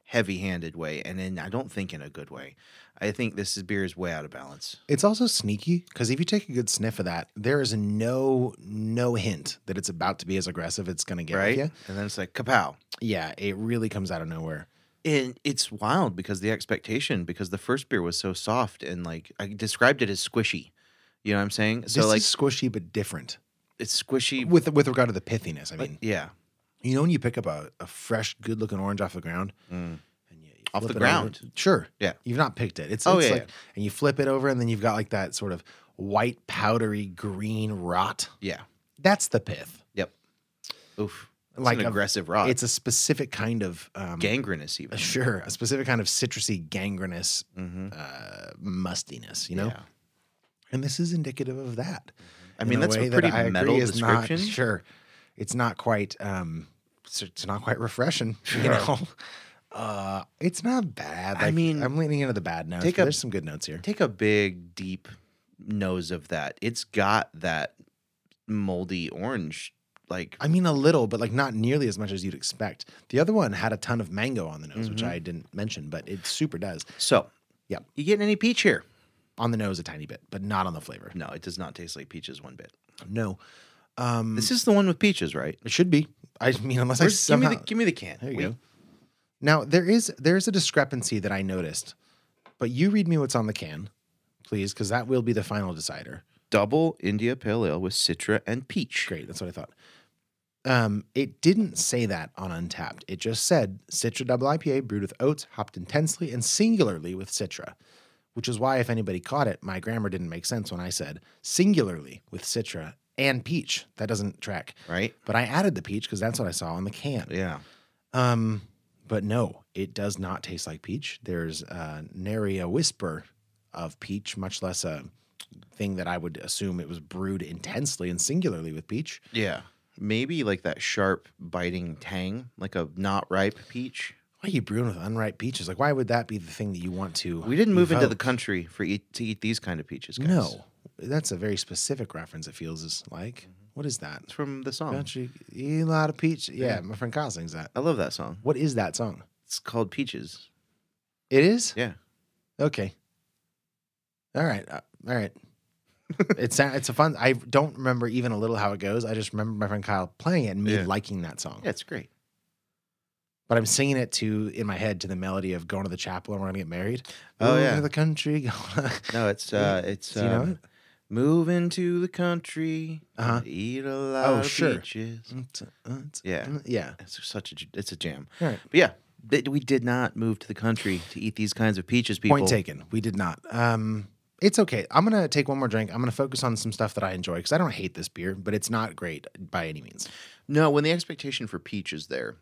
[SPEAKER 2] heavy-handed way, and in I don't think in a good way. I think this is- beer is way out of balance.
[SPEAKER 1] It's also sneaky because if you take a good sniff of that, there is no no hint that it's about to be as aggressive. It's going to get
[SPEAKER 2] right?
[SPEAKER 1] with you.
[SPEAKER 2] And then it's like kapow.
[SPEAKER 1] Yeah, it really comes out of nowhere.
[SPEAKER 2] And it's wild because the expectation, because the first beer was so soft and like I described it as squishy. You know what I'm saying? So
[SPEAKER 1] this
[SPEAKER 2] like
[SPEAKER 1] is squishy but different
[SPEAKER 2] it's squishy.
[SPEAKER 1] with with regard to the pithiness. I
[SPEAKER 2] like,
[SPEAKER 1] mean,
[SPEAKER 2] yeah,
[SPEAKER 1] you know when you pick up a, a fresh, good looking orange off the ground and you, you
[SPEAKER 2] Off
[SPEAKER 1] flip
[SPEAKER 2] the
[SPEAKER 1] it over-
[SPEAKER 2] ground?
[SPEAKER 1] sure.
[SPEAKER 2] Yeah.
[SPEAKER 1] you've not picked it. It's,
[SPEAKER 2] Oh,
[SPEAKER 1] it's
[SPEAKER 2] yeah,
[SPEAKER 1] like,
[SPEAKER 2] yeah.
[SPEAKER 1] and you flip it over, and then you've got like that sort of white, powdery green rot.
[SPEAKER 2] yeah,
[SPEAKER 1] That's the pith.
[SPEAKER 2] yep. Oof, it's
[SPEAKER 1] Like
[SPEAKER 2] an
[SPEAKER 1] a-
[SPEAKER 2] aggressive rot.
[SPEAKER 1] It's a specific kind of um,
[SPEAKER 2] gangrenous even.
[SPEAKER 1] Sure, a specific kind of citrusy, gangrenous
[SPEAKER 2] Mhm.
[SPEAKER 1] uh, mustiness, you know.
[SPEAKER 2] Yeah.
[SPEAKER 1] And this is indicative of that.
[SPEAKER 2] I
[SPEAKER 1] in
[SPEAKER 2] mean,
[SPEAKER 1] a
[SPEAKER 2] that's a
[SPEAKER 1] way that
[SPEAKER 2] pretty
[SPEAKER 1] I agree
[SPEAKER 2] metal
[SPEAKER 1] is not-
[SPEAKER 2] description.
[SPEAKER 1] sure, it's not quite. Um, it's- it's not quite refreshing, you know. Uh, it's not bad.
[SPEAKER 2] I
[SPEAKER 1] Like,
[SPEAKER 2] mean,
[SPEAKER 1] I'm leaning into the bad notes.
[SPEAKER 2] take
[SPEAKER 1] but
[SPEAKER 2] a-
[SPEAKER 1] there's some good notes here.
[SPEAKER 2] Take a big deep nose of that. It's got that moldy orange. Like
[SPEAKER 1] I mean, a little, but like not nearly as much as you'd expect. The other one had a ton of mango on the nose, which
[SPEAKER 2] Mm-hmm.
[SPEAKER 1] I didn't mention, but it super does
[SPEAKER 2] so.
[SPEAKER 1] Yep.
[SPEAKER 2] You getting any peach here?
[SPEAKER 1] on the nose a tiny bit, but not on the flavor.
[SPEAKER 2] No, it does not taste like peaches one bit.
[SPEAKER 1] No, um,
[SPEAKER 2] This is the one with peaches, right?
[SPEAKER 1] it should be. I mean, unless I
[SPEAKER 2] Where's- give me
[SPEAKER 1] somehow
[SPEAKER 2] the give me the can.
[SPEAKER 1] There you
[SPEAKER 2] We-
[SPEAKER 1] go. Now there is there is a discrepancy that I noticed, but you read me what's on the can, please, because that will be the final decider.
[SPEAKER 2] double India Pale Ale with Citra and peach.
[SPEAKER 1] Great, that's what I thought. Um, it didn't say that on Untapped. It just said Citra Double IPA brewed with oats, hopped intensely and singularly with Citra, which is why if anybody caught it, my grammar didn't make sense when I said singularly with Citra and peach. That doesn't track,
[SPEAKER 2] Right?
[SPEAKER 1] but I added the peach because that's what I saw on the can.
[SPEAKER 2] Yeah.
[SPEAKER 1] Um, but no, it does not taste like peach. There's uh, nary a whisper of peach, much less a thing that I would assume it was brewed intensely and singularly with peach.
[SPEAKER 2] Yeah. Maybe like that sharp biting tang, like a not ripe peach.
[SPEAKER 1] Why are you brewing with unripe peaches? Like, why would that be the thing that you want to?
[SPEAKER 2] We didn't move into the
[SPEAKER 1] evoke?
[SPEAKER 2] country for eat, to eat these kind of peaches, guys. Mm-hmm.
[SPEAKER 1] No, that's a very specific reference. It feels is like, what is that?
[SPEAKER 2] It's from the song.
[SPEAKER 1] Country eat a lot of peach. Yeah, my friend Kyle sings that.
[SPEAKER 2] I love that song.
[SPEAKER 1] What is that song?
[SPEAKER 2] It's called Peaches.
[SPEAKER 1] It is
[SPEAKER 2] Yeah.
[SPEAKER 1] Okay. All right. uh, all right. it's a, it's a fun. I don't remember even a little how it goes. I just remember my friend Kyle playing it and me
[SPEAKER 2] Yeah.
[SPEAKER 1] liking that song.
[SPEAKER 2] Yeah, it's great.
[SPEAKER 1] But I'm singing it to in my head to the melody of "Going to the Chapel and We're Gonna Get Married."
[SPEAKER 2] Oh,
[SPEAKER 1] Moving
[SPEAKER 2] yeah.
[SPEAKER 1] to the country. gonna-
[SPEAKER 2] No, it's uh it's
[SPEAKER 1] Do you know
[SPEAKER 2] um,
[SPEAKER 1] it?
[SPEAKER 2] move into the country,
[SPEAKER 1] Uh-huh.
[SPEAKER 2] and eat a lot
[SPEAKER 1] Oh,
[SPEAKER 2] of
[SPEAKER 1] sure. Mm,
[SPEAKER 2] peaches.
[SPEAKER 1] yeah.
[SPEAKER 2] Yeah.
[SPEAKER 1] Yeah.
[SPEAKER 2] It's such a j- it's a jam.
[SPEAKER 1] All right.
[SPEAKER 2] But yeah, th- we did not move to the country to eat these kinds of peaches, people.
[SPEAKER 1] Point taken. We did not. Um, it's okay. I'm gonna take one more drink. I'm gonna focus on some stuff that I enjoy because I don't hate this beer, but it's not great by any means.
[SPEAKER 2] No, when the expectation for peach is there,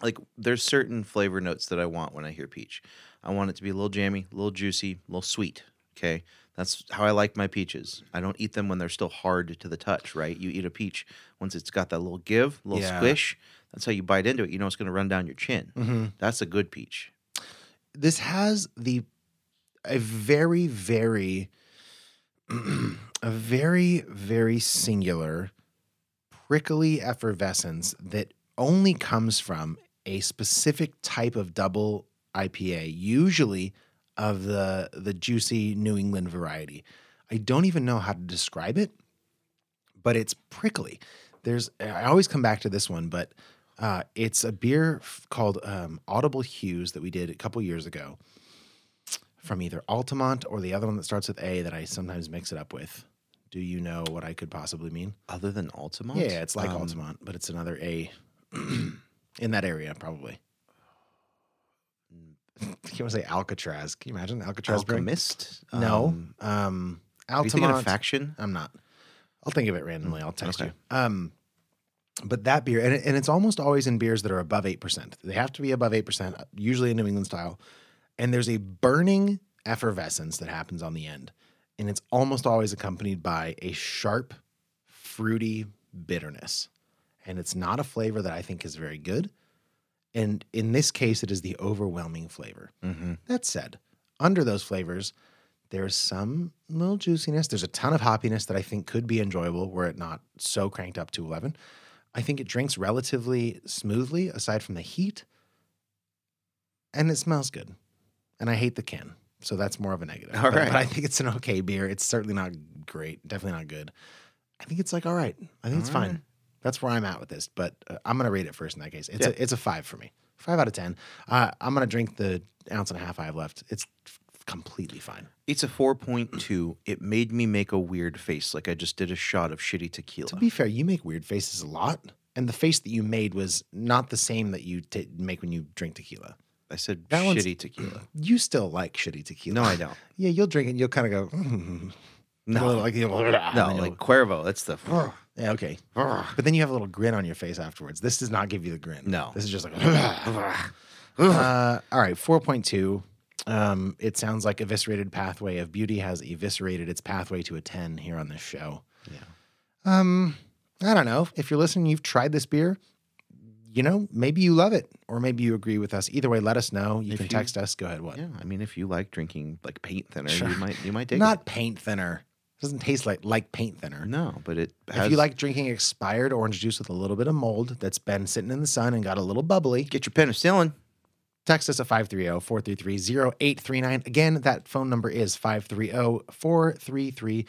[SPEAKER 2] like there's certain flavor notes that I want when I hear peach. I want it to be a little jammy, a little juicy, a little sweet. Okay. That's how I like my peaches. I don't eat them when they're still hard to the touch, right? You eat a peach once it's got that little give, little
[SPEAKER 1] Yeah.
[SPEAKER 2] squish. That's how you bite into it. You know it's going to run down your chin.
[SPEAKER 1] Mhm.
[SPEAKER 2] That's a good peach.
[SPEAKER 1] this has the a very very a very very singular prickly effervescence that only comes from a specific type of double IPA usually of the the juicy New England variety. I don't even know how to describe it but it's prickly. There's I always come back to this one, but uh, it's a beer f- called um, Audible Hues that we did a couple years ago from either Altamont or the other one that starts with A that I sometimes mix it up with. Do you know what I could possibly mean?
[SPEAKER 2] Other than Altamont?
[SPEAKER 1] Yeah, it's like
[SPEAKER 2] Um,
[SPEAKER 1] Altamont, but it's another A in that area probably. You want to say Alcatraz? Can you imagine Alcatraz? brewing?
[SPEAKER 2] Alchemist?
[SPEAKER 1] No.
[SPEAKER 2] Um,
[SPEAKER 1] Um,
[SPEAKER 2] are you
[SPEAKER 1] Altamont.
[SPEAKER 2] thinking of faction?
[SPEAKER 1] I'm not. I'll think of it randomly. I'll text
[SPEAKER 2] okay.
[SPEAKER 1] you. Um, but that beer, and, it- and it's almost always in beers that are above 8%. They have to be above 8%, usually in New England style. And there's a burning effervescence that happens on the end. And it's almost always accompanied by a sharp, fruity bitterness. And it's not a flavor that I think is very good. And in this case, it is the overwhelming flavor.
[SPEAKER 2] Mm-hmm.
[SPEAKER 1] That said, under those flavors, there's some little juiciness. There's a ton of hoppiness that I think could be enjoyable were it not so cranked up to 11. I think it drinks relatively smoothly aside from the heat, and it smells good. And I hate the can, so that's more of a negative.
[SPEAKER 2] All
[SPEAKER 1] But-
[SPEAKER 2] right.
[SPEAKER 1] but I think it's an okay beer. It's certainly not great, definitely not good. I think it's like all right. I think it's
[SPEAKER 2] All right.
[SPEAKER 1] fine. That's where I'm at with this, but uh, I'm gonna rate it first in that case. It's
[SPEAKER 2] Yeah.
[SPEAKER 1] a it's a five for me, five out of ten. Uh, I'm gonna drink the ounce and a half I have left. It's f- completely fine.
[SPEAKER 2] It's a 4.2. It made me make a weird face like I just did a shot of shitty tequila.
[SPEAKER 1] To be fair, you make weird faces a lot, and the face that you made was not the same that you t- make when you drink tequila.
[SPEAKER 2] I said
[SPEAKER 1] That one's-
[SPEAKER 2] shitty tequila.
[SPEAKER 1] You still like shitty tequila.
[SPEAKER 2] No, I don't.
[SPEAKER 1] Yeah, you'll drink it. and You'll kind of go. "Mm."
[SPEAKER 2] No.
[SPEAKER 1] You'll like you'll-
[SPEAKER 2] No,
[SPEAKER 1] and
[SPEAKER 2] like
[SPEAKER 1] you'll-
[SPEAKER 2] Cuervo. That's the.
[SPEAKER 1] yeah, okay. But then you have a little grin on your face afterwards. This does not give you the grin.
[SPEAKER 2] No.
[SPEAKER 1] this is just like. uh, all right, four point two. Um, it sounds like eviscerated pathway of beauty has eviscerated its pathway to a ten here on this show.
[SPEAKER 2] Yeah.
[SPEAKER 1] Um, I don't know. If you're listening, you've tried this beer. You know, maybe you love it, or maybe you agree with us. Either way, let us know. You
[SPEAKER 2] If
[SPEAKER 1] can
[SPEAKER 2] you-
[SPEAKER 1] text us. Go ahead. What?
[SPEAKER 2] Yeah, I mean, if you like drinking like paint thinner,
[SPEAKER 1] Sure.
[SPEAKER 2] you might you might dig
[SPEAKER 1] Not paint thinner. It doesn't taste like like paint thinner.
[SPEAKER 2] it. No, but it. Has,
[SPEAKER 1] If you like drinking expired orange juice with a little bit of mold that's been sitting in the sun and got a little bubbly,
[SPEAKER 2] get your penicillin.
[SPEAKER 1] text us at oh, 530-433-0839. Again, that phone number is oh, 530-433-0839.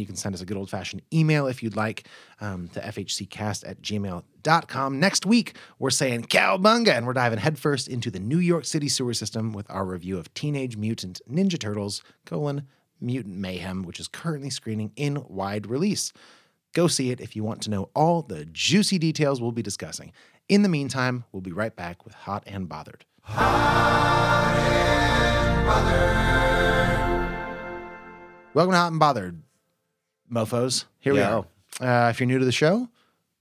[SPEAKER 1] You can send us a good old-fashioned email if you'd like um, to fhccast at gmail.com. Next week, we're saying cowbunga, and we're diving headfirst into the New York City sewer system with our review of Teenage Mutant Ninja Turtles, colon, Mutant Mayhem, which is currently screening in wide release. Go see it if you want to know all the juicy details we'll be discussing. In the meantime, we'll be right back with Hot and Bothered. Welcome to Hot and Bothered, mofos. Here
[SPEAKER 2] Yeah.
[SPEAKER 1] we are. Uh, if you're new to the show,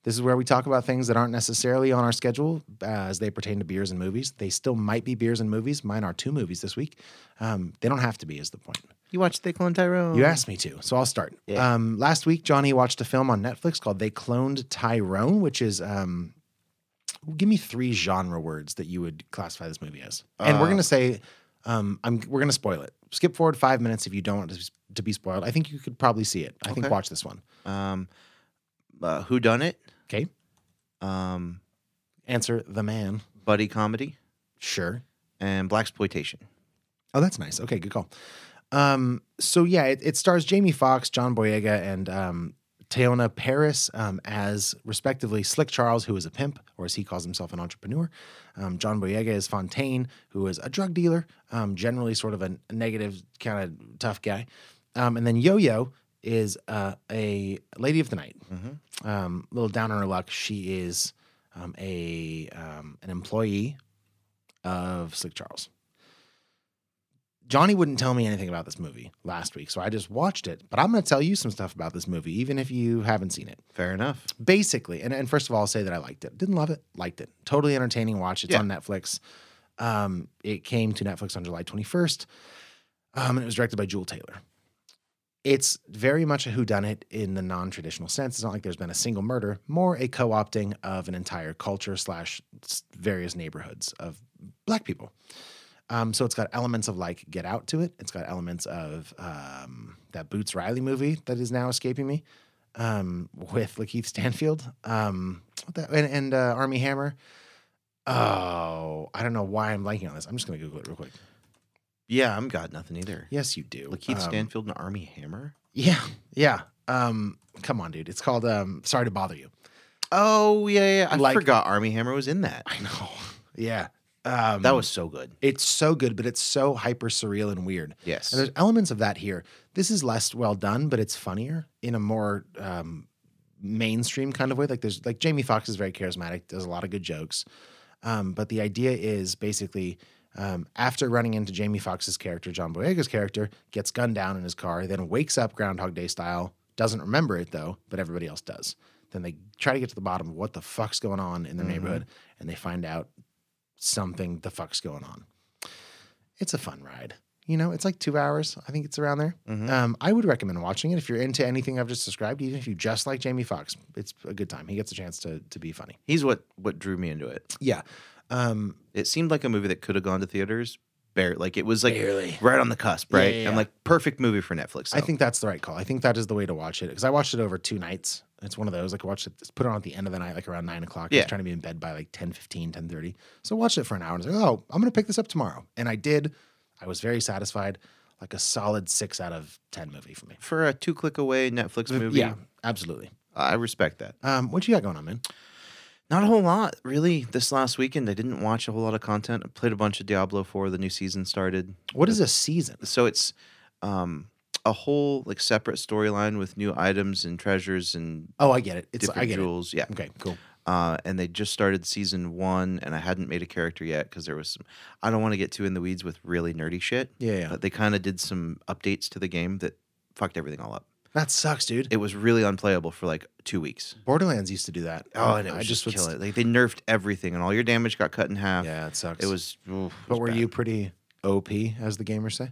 [SPEAKER 1] this is where we talk about things that aren't necessarily on our schedule uh, as they pertain to beers and movies. They still might be beers and movies. Mine are two movies this week. Um, they don't have to be, is the point.
[SPEAKER 2] You watch Thick and Tyrone.
[SPEAKER 1] You asked me to, so I'll start. Um, last week, Johnny watched a film on Netflix called "They Cloned Tyrone," which is um, give me three genre words that you would classify this movie as, and
[SPEAKER 2] Uh.
[SPEAKER 1] we're gonna say um, I'm we're gonna spoil it. Skip forward five minutes if you don't want it to be spoiled. I think you could probably see it. I think
[SPEAKER 2] Okay.
[SPEAKER 1] watch this one.
[SPEAKER 2] Um, uh, Who Done It?
[SPEAKER 1] Okay,
[SPEAKER 2] Um,
[SPEAKER 1] answer the man.
[SPEAKER 2] buddy comedy
[SPEAKER 1] Sure.
[SPEAKER 2] and black exploitation.
[SPEAKER 1] Oh, that's nice. Okay, good call. Um, so yeah, it, it stars Jamie Foxx, John Boyega, and um, Teona Paris um, as respectively Slick Charles, who is a pimp, or as he calls himself, an entrepreneur. Um, John Boyega is Fontaine, who is a drug dealer, um, generally sort of a negative kind of tough guy. Um, and then Yo Yo is uh, a lady of the night, um, little down on her luck. She is um, a um, an employee of Slick Charles. Johnny wouldn't tell me anything about this movie last week, so I just watched it. But I'm going to tell you some stuff about this movie, even if you haven't seen it.
[SPEAKER 2] Fair enough.
[SPEAKER 1] Basically, and, and first of all, I'll say that I liked it. Didn't love it, liked it. Totally entertaining watch. It's
[SPEAKER 2] Yeah.
[SPEAKER 1] on Netflix. Um, it came to Netflix on July 21st, um, and it was directed by Jewel Taylor. It's very much a whodunit in the non-traditional sense. It's not like there's been a single murder, more a co-opting of an entire culture slash various neighborhoods of black people. Um, so it's got elements of like Get Out to it. It's got elements of um, that Boots Riley movie that is now escaping me um, with Lakeith Stanfield um, what that, and, and uh, Army Hammer. Oh, I don't know why I'm blanking on this. I'm just gonna Google it real quick.
[SPEAKER 2] Yeah, I'm got nothing either.
[SPEAKER 1] Yes, you do.
[SPEAKER 2] Lakeith
[SPEAKER 1] Um,
[SPEAKER 2] Stanfield and Army Hammer.
[SPEAKER 1] Yeah, yeah. Um, come on, dude. It's called um, Sorry to Bother You.
[SPEAKER 2] Oh yeah, yeah. I
[SPEAKER 1] Like-
[SPEAKER 2] forgot Army Hammer was in that.
[SPEAKER 1] I know. Yeah. Um,
[SPEAKER 2] That was so good.
[SPEAKER 1] It's so good, but it's so hyper surreal and weird.
[SPEAKER 2] Yes.
[SPEAKER 1] And there's elements of that here. This is less well done, but it's funnier in a more um, mainstream kind of way. Like there's like Jamie Foxx is very charismatic, does a lot of good jokes. Um, but the idea is basically um, after running into Jamie Foxx's character, John Boyega's character, gets gunned down in his car, then wakes up Groundhog Day style, doesn't remember it though, but everybody else does. Then they try to get to the bottom of what the fuck's going on in their neighborhood, and they find out something the fuck's going on. It's a fun ride. You know, it's like two hours. I think it's around there. Um, I would recommend watching it if you're into anything I've just described, even if you just like Jamie Foxx. It's a good time. He gets a chance to to be funny.
[SPEAKER 2] He's what what drew me into it.
[SPEAKER 1] Yeah. Um,
[SPEAKER 2] It seemed like a movie that could have gone to theaters. Bare, like it was like
[SPEAKER 1] Barely.
[SPEAKER 2] right on the cusp, right?
[SPEAKER 1] yeah, yeah.
[SPEAKER 2] I'm like perfect movie for Netflix.
[SPEAKER 1] I
[SPEAKER 2] though.
[SPEAKER 1] think that's the right call. I think that is the way to watch it because I watched it over two nights. It's one of those like I watched it, put it on at the end of the night, like around nine o'clock. I
[SPEAKER 2] Yeah.
[SPEAKER 1] was trying to be in bed by like 10, 15, 10 So I watched it for an hour and I was like, oh, I'm going to pick this up tomorrow. And I did. I was very satisfied. Like a solid six out of 10 movie for me.
[SPEAKER 2] for a two click away Netflix movie.
[SPEAKER 1] Yeah, absolutely.
[SPEAKER 2] I respect that.
[SPEAKER 1] Um, what you got going on, man?
[SPEAKER 2] Not a whole lot, really. This last weekend, I didn't watch a whole lot of content. I played a bunch of Diablo 4. The new season started.
[SPEAKER 1] What is a season?
[SPEAKER 2] So it's um, a whole like separate storyline with new items and treasures and
[SPEAKER 1] Oh, I get it. It's
[SPEAKER 2] different
[SPEAKER 1] I get
[SPEAKER 2] jewels. Yeah.
[SPEAKER 1] it. Okay, cool.
[SPEAKER 2] Uh, and they just started season one, and I hadn't made a character yet because there was some. I don't want to get too in the weeds with really nerdy shit.
[SPEAKER 1] Yeah, yeah.
[SPEAKER 2] But they kind of did some updates to the game that fucked everything all up.
[SPEAKER 1] That sucks, dude.
[SPEAKER 2] It was really unplayable for like two weeks.
[SPEAKER 1] Borderlands used to do that.
[SPEAKER 2] Oh, and it was just,
[SPEAKER 1] would
[SPEAKER 2] killing
[SPEAKER 1] st-
[SPEAKER 2] it. Like they nerfed everything, and all your damage got cut in half.
[SPEAKER 1] Yeah, it sucks.
[SPEAKER 2] it was. oof, it was
[SPEAKER 1] But were
[SPEAKER 2] bad.
[SPEAKER 1] you pretty OP, as the gamers say?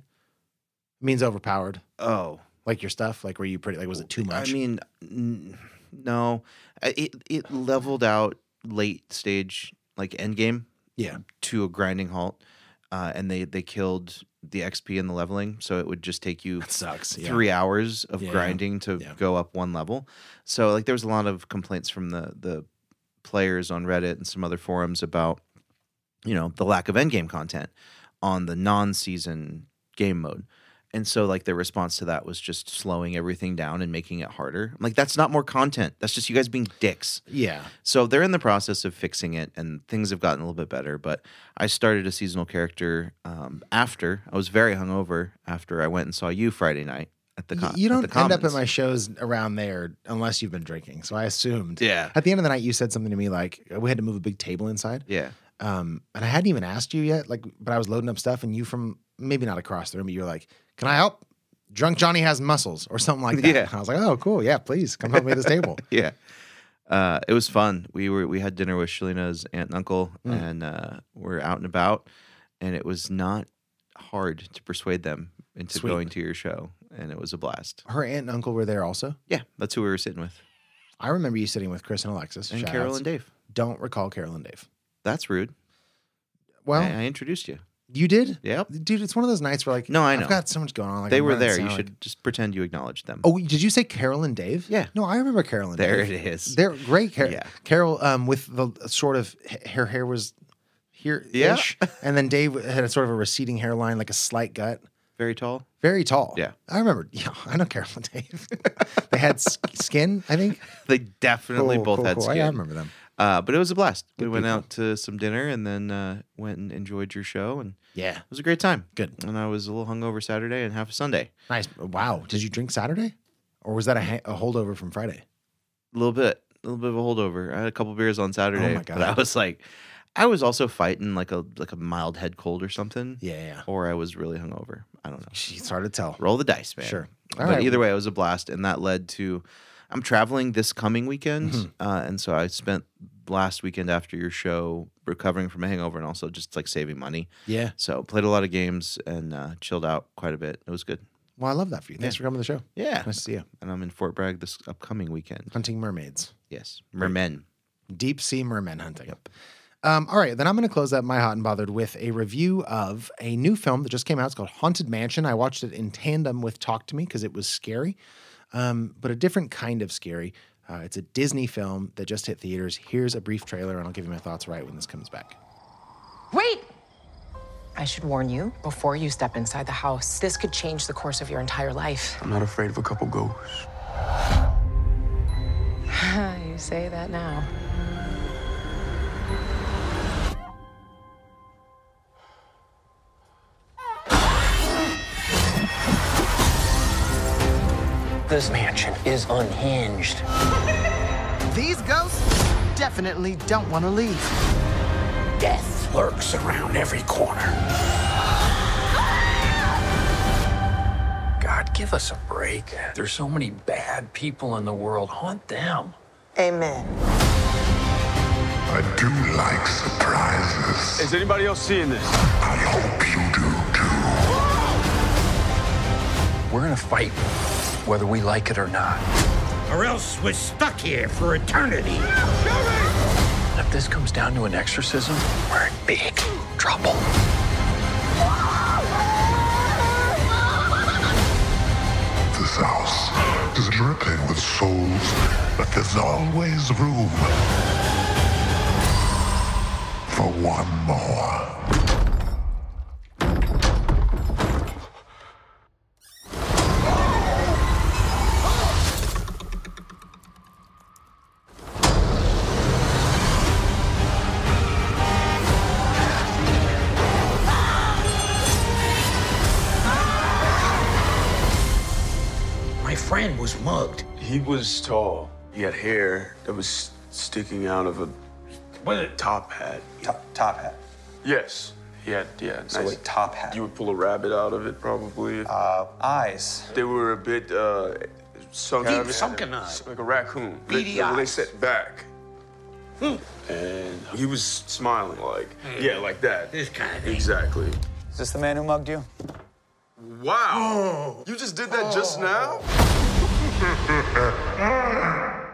[SPEAKER 1] means overpowered.
[SPEAKER 2] Oh,
[SPEAKER 1] Like your stuff? Like were you pretty like was it too much?
[SPEAKER 2] I mean, n- no. I- It it leveled out late stage, like end game,
[SPEAKER 1] yeah.
[SPEAKER 2] to a grinding halt, uh, and they they killed the XP and the leveling, so it would just take you
[SPEAKER 1] That sucks. Yeah.
[SPEAKER 2] three hours of
[SPEAKER 1] Yeah, yeah.
[SPEAKER 2] grinding to
[SPEAKER 1] Yeah.
[SPEAKER 2] go up one level. So like there was a lot of complaints from the the players on Reddit and some other forums about you know the lack of endgame content on the non-season game mode. And so like their response to that was just slowing everything down and making it harder. I'm like that's not more content. That's just you guys being dicks.
[SPEAKER 1] Yeah.
[SPEAKER 2] So they're in the process of fixing it, and things have gotten a little bit better. But I started a seasonal character um, after I was very hungover after I went and saw you Friday night at the.
[SPEAKER 1] Y-
[SPEAKER 2] co-
[SPEAKER 1] you
[SPEAKER 2] at
[SPEAKER 1] don't
[SPEAKER 2] the
[SPEAKER 1] end up at
[SPEAKER 2] Commons.
[SPEAKER 1] my shows around there unless you've been drinking. So I assumed.
[SPEAKER 2] Yeah.
[SPEAKER 1] At the end of the night, you said something to me like we had to move a big table inside.
[SPEAKER 2] Yeah,
[SPEAKER 1] Um, and I hadn't even asked you yet, like, but I was loading up stuff, and you from maybe not across the room, but you were like, "Can I help? Drunk Johnny has muscles, or something like that."
[SPEAKER 2] Yeah.
[SPEAKER 1] I was like, "Oh, cool, yeah, please come help me at this table."
[SPEAKER 2] yeah. Uh, it was fun. We were we had dinner with Shalina's aunt and uncle,
[SPEAKER 1] Mm.
[SPEAKER 2] and uh, we're out and about, and it was not hard to persuade them into
[SPEAKER 1] Sweet.
[SPEAKER 2] going to your show, and it was a blast.
[SPEAKER 1] Her aunt and uncle were there also.
[SPEAKER 2] Yeah, that's who we were sitting with,
[SPEAKER 1] I remember you sitting with Chris and Alexis
[SPEAKER 2] and
[SPEAKER 1] shout
[SPEAKER 2] Carol
[SPEAKER 1] outs.
[SPEAKER 2] and Dave.
[SPEAKER 1] Don't recall Carol and Dave.
[SPEAKER 2] That's rude.
[SPEAKER 1] Well,
[SPEAKER 2] I, I introduced you.
[SPEAKER 1] you did.
[SPEAKER 2] Yep.
[SPEAKER 1] dude. It's one of those nights where like,
[SPEAKER 2] No, I know.
[SPEAKER 1] I've got so much going on. Like,
[SPEAKER 2] they
[SPEAKER 1] I'm
[SPEAKER 2] were
[SPEAKER 1] running
[SPEAKER 2] there. You
[SPEAKER 1] sound, like-
[SPEAKER 2] should just pretend you acknowledge them.
[SPEAKER 1] Oh, did you say Carol and Dave?
[SPEAKER 2] Yeah.
[SPEAKER 1] No, I remember Carol and
[SPEAKER 2] There
[SPEAKER 1] Dave.
[SPEAKER 2] it is.
[SPEAKER 1] They're great. Car-
[SPEAKER 2] Yeah.
[SPEAKER 1] Carol, um, with the sort of her hair was here,
[SPEAKER 2] Yeah.
[SPEAKER 1] and then Dave had a sort of a receding hairline, like a slight gut.
[SPEAKER 2] very tall.
[SPEAKER 1] Very tall.
[SPEAKER 2] Yeah.
[SPEAKER 1] I remember. Yeah, I know Carol and Dave. they had s- skin, I think.
[SPEAKER 2] They definitely
[SPEAKER 1] Cool,
[SPEAKER 2] both
[SPEAKER 1] Oh, cool,
[SPEAKER 2] had
[SPEAKER 1] cool. I-
[SPEAKER 2] skin.
[SPEAKER 1] I remember them.
[SPEAKER 2] Uh, but it was a blast. we went
[SPEAKER 1] people.
[SPEAKER 2] out to some dinner and then uh, went and enjoyed your show, and
[SPEAKER 1] Yeah.
[SPEAKER 2] it was a great time.
[SPEAKER 1] Good.
[SPEAKER 2] And I was a little hungover Saturday and half a Sunday,
[SPEAKER 1] Nice. Wow. Did you drink Saturday, or was that a, ha- a holdover from Friday?
[SPEAKER 2] a little bit, a little bit of a holdover. I had a couple beers on Saturday,
[SPEAKER 1] Oh my
[SPEAKER 2] but I
[SPEAKER 1] God.
[SPEAKER 2] was like, I was also fighting like a like a mild head cold or something.
[SPEAKER 1] Yeah, yeah.
[SPEAKER 2] Or I was really hungover. I don't know.
[SPEAKER 1] She started to tell.
[SPEAKER 2] roll the dice, man.
[SPEAKER 1] Sure. All
[SPEAKER 2] but
[SPEAKER 1] right.
[SPEAKER 2] either way, it was a blast, and that led to I'm traveling this coming weekend,
[SPEAKER 1] Mm-hmm.
[SPEAKER 2] uh, and so I spent last weekend after your show recovering from a hangover and also just like saving money.
[SPEAKER 1] Yeah.
[SPEAKER 2] So played a lot of games and uh, chilled out quite a bit. It was good.
[SPEAKER 1] Well, I love that for you. Thanks for coming to the show.
[SPEAKER 2] Yeah.
[SPEAKER 1] Nice to see you.
[SPEAKER 2] And I'm in Fort Bragg this upcoming weekend.
[SPEAKER 1] Hunting mermaids.
[SPEAKER 2] Yes, mermen.
[SPEAKER 1] deep sea merman hunting. Um, all right, then I'm going to close up my hot and bothered with a review of a new film that just came out. It's called Haunted Mansion. I watched it in tandem with Talk to Me because it was scary, um, but a different kind of scary. Uh, it's a Disney film that just hit theaters. Here's a brief trailer, and I'll give you my thoughts right when this comes back.
[SPEAKER 10] Wait!
[SPEAKER 12] I should warn you before you step inside the house. This could change the course of your entire life.
[SPEAKER 14] I'm not afraid of a couple ghosts.
[SPEAKER 12] you say that now.
[SPEAKER 15] This mansion is unhinged.
[SPEAKER 16] These ghosts definitely don't want to leave.
[SPEAKER 15] Death lurks around every corner. God, give us a break. There's so many bad people in the world. Haunt them.
[SPEAKER 16] Amen.
[SPEAKER 17] I do like surprises.
[SPEAKER 9] Is anybody else seeing this?
[SPEAKER 17] I hope you do too.
[SPEAKER 15] We're in a fight, whether we like it or not.
[SPEAKER 18] Or else we're stuck here for eternity.
[SPEAKER 15] If this comes down to an exorcism, we're in big trouble.
[SPEAKER 17] This house is dripping with souls, but there's always room for one more.
[SPEAKER 15] friend was mugged.
[SPEAKER 9] He was tall. He had hair that was sticking out of a what a top hat.
[SPEAKER 19] Top, top hat.
[SPEAKER 9] Yes. He had yeah.
[SPEAKER 19] So nice. a top hat.
[SPEAKER 9] You would pull a rabbit out of it probably.
[SPEAKER 19] Uh, eyes.
[SPEAKER 9] They were a bit uh, sunk
[SPEAKER 19] Deep sunken eyes.
[SPEAKER 9] Like a raccoon.
[SPEAKER 19] Beady
[SPEAKER 9] they,
[SPEAKER 19] eyes.
[SPEAKER 9] They set back. Hmm. And he was smiling like yeah, yeah like that.
[SPEAKER 18] This kind of thing.
[SPEAKER 9] Exactly.
[SPEAKER 19] Is this the man who mugged you? Oh.
[SPEAKER 9] Wow! You just did that just now?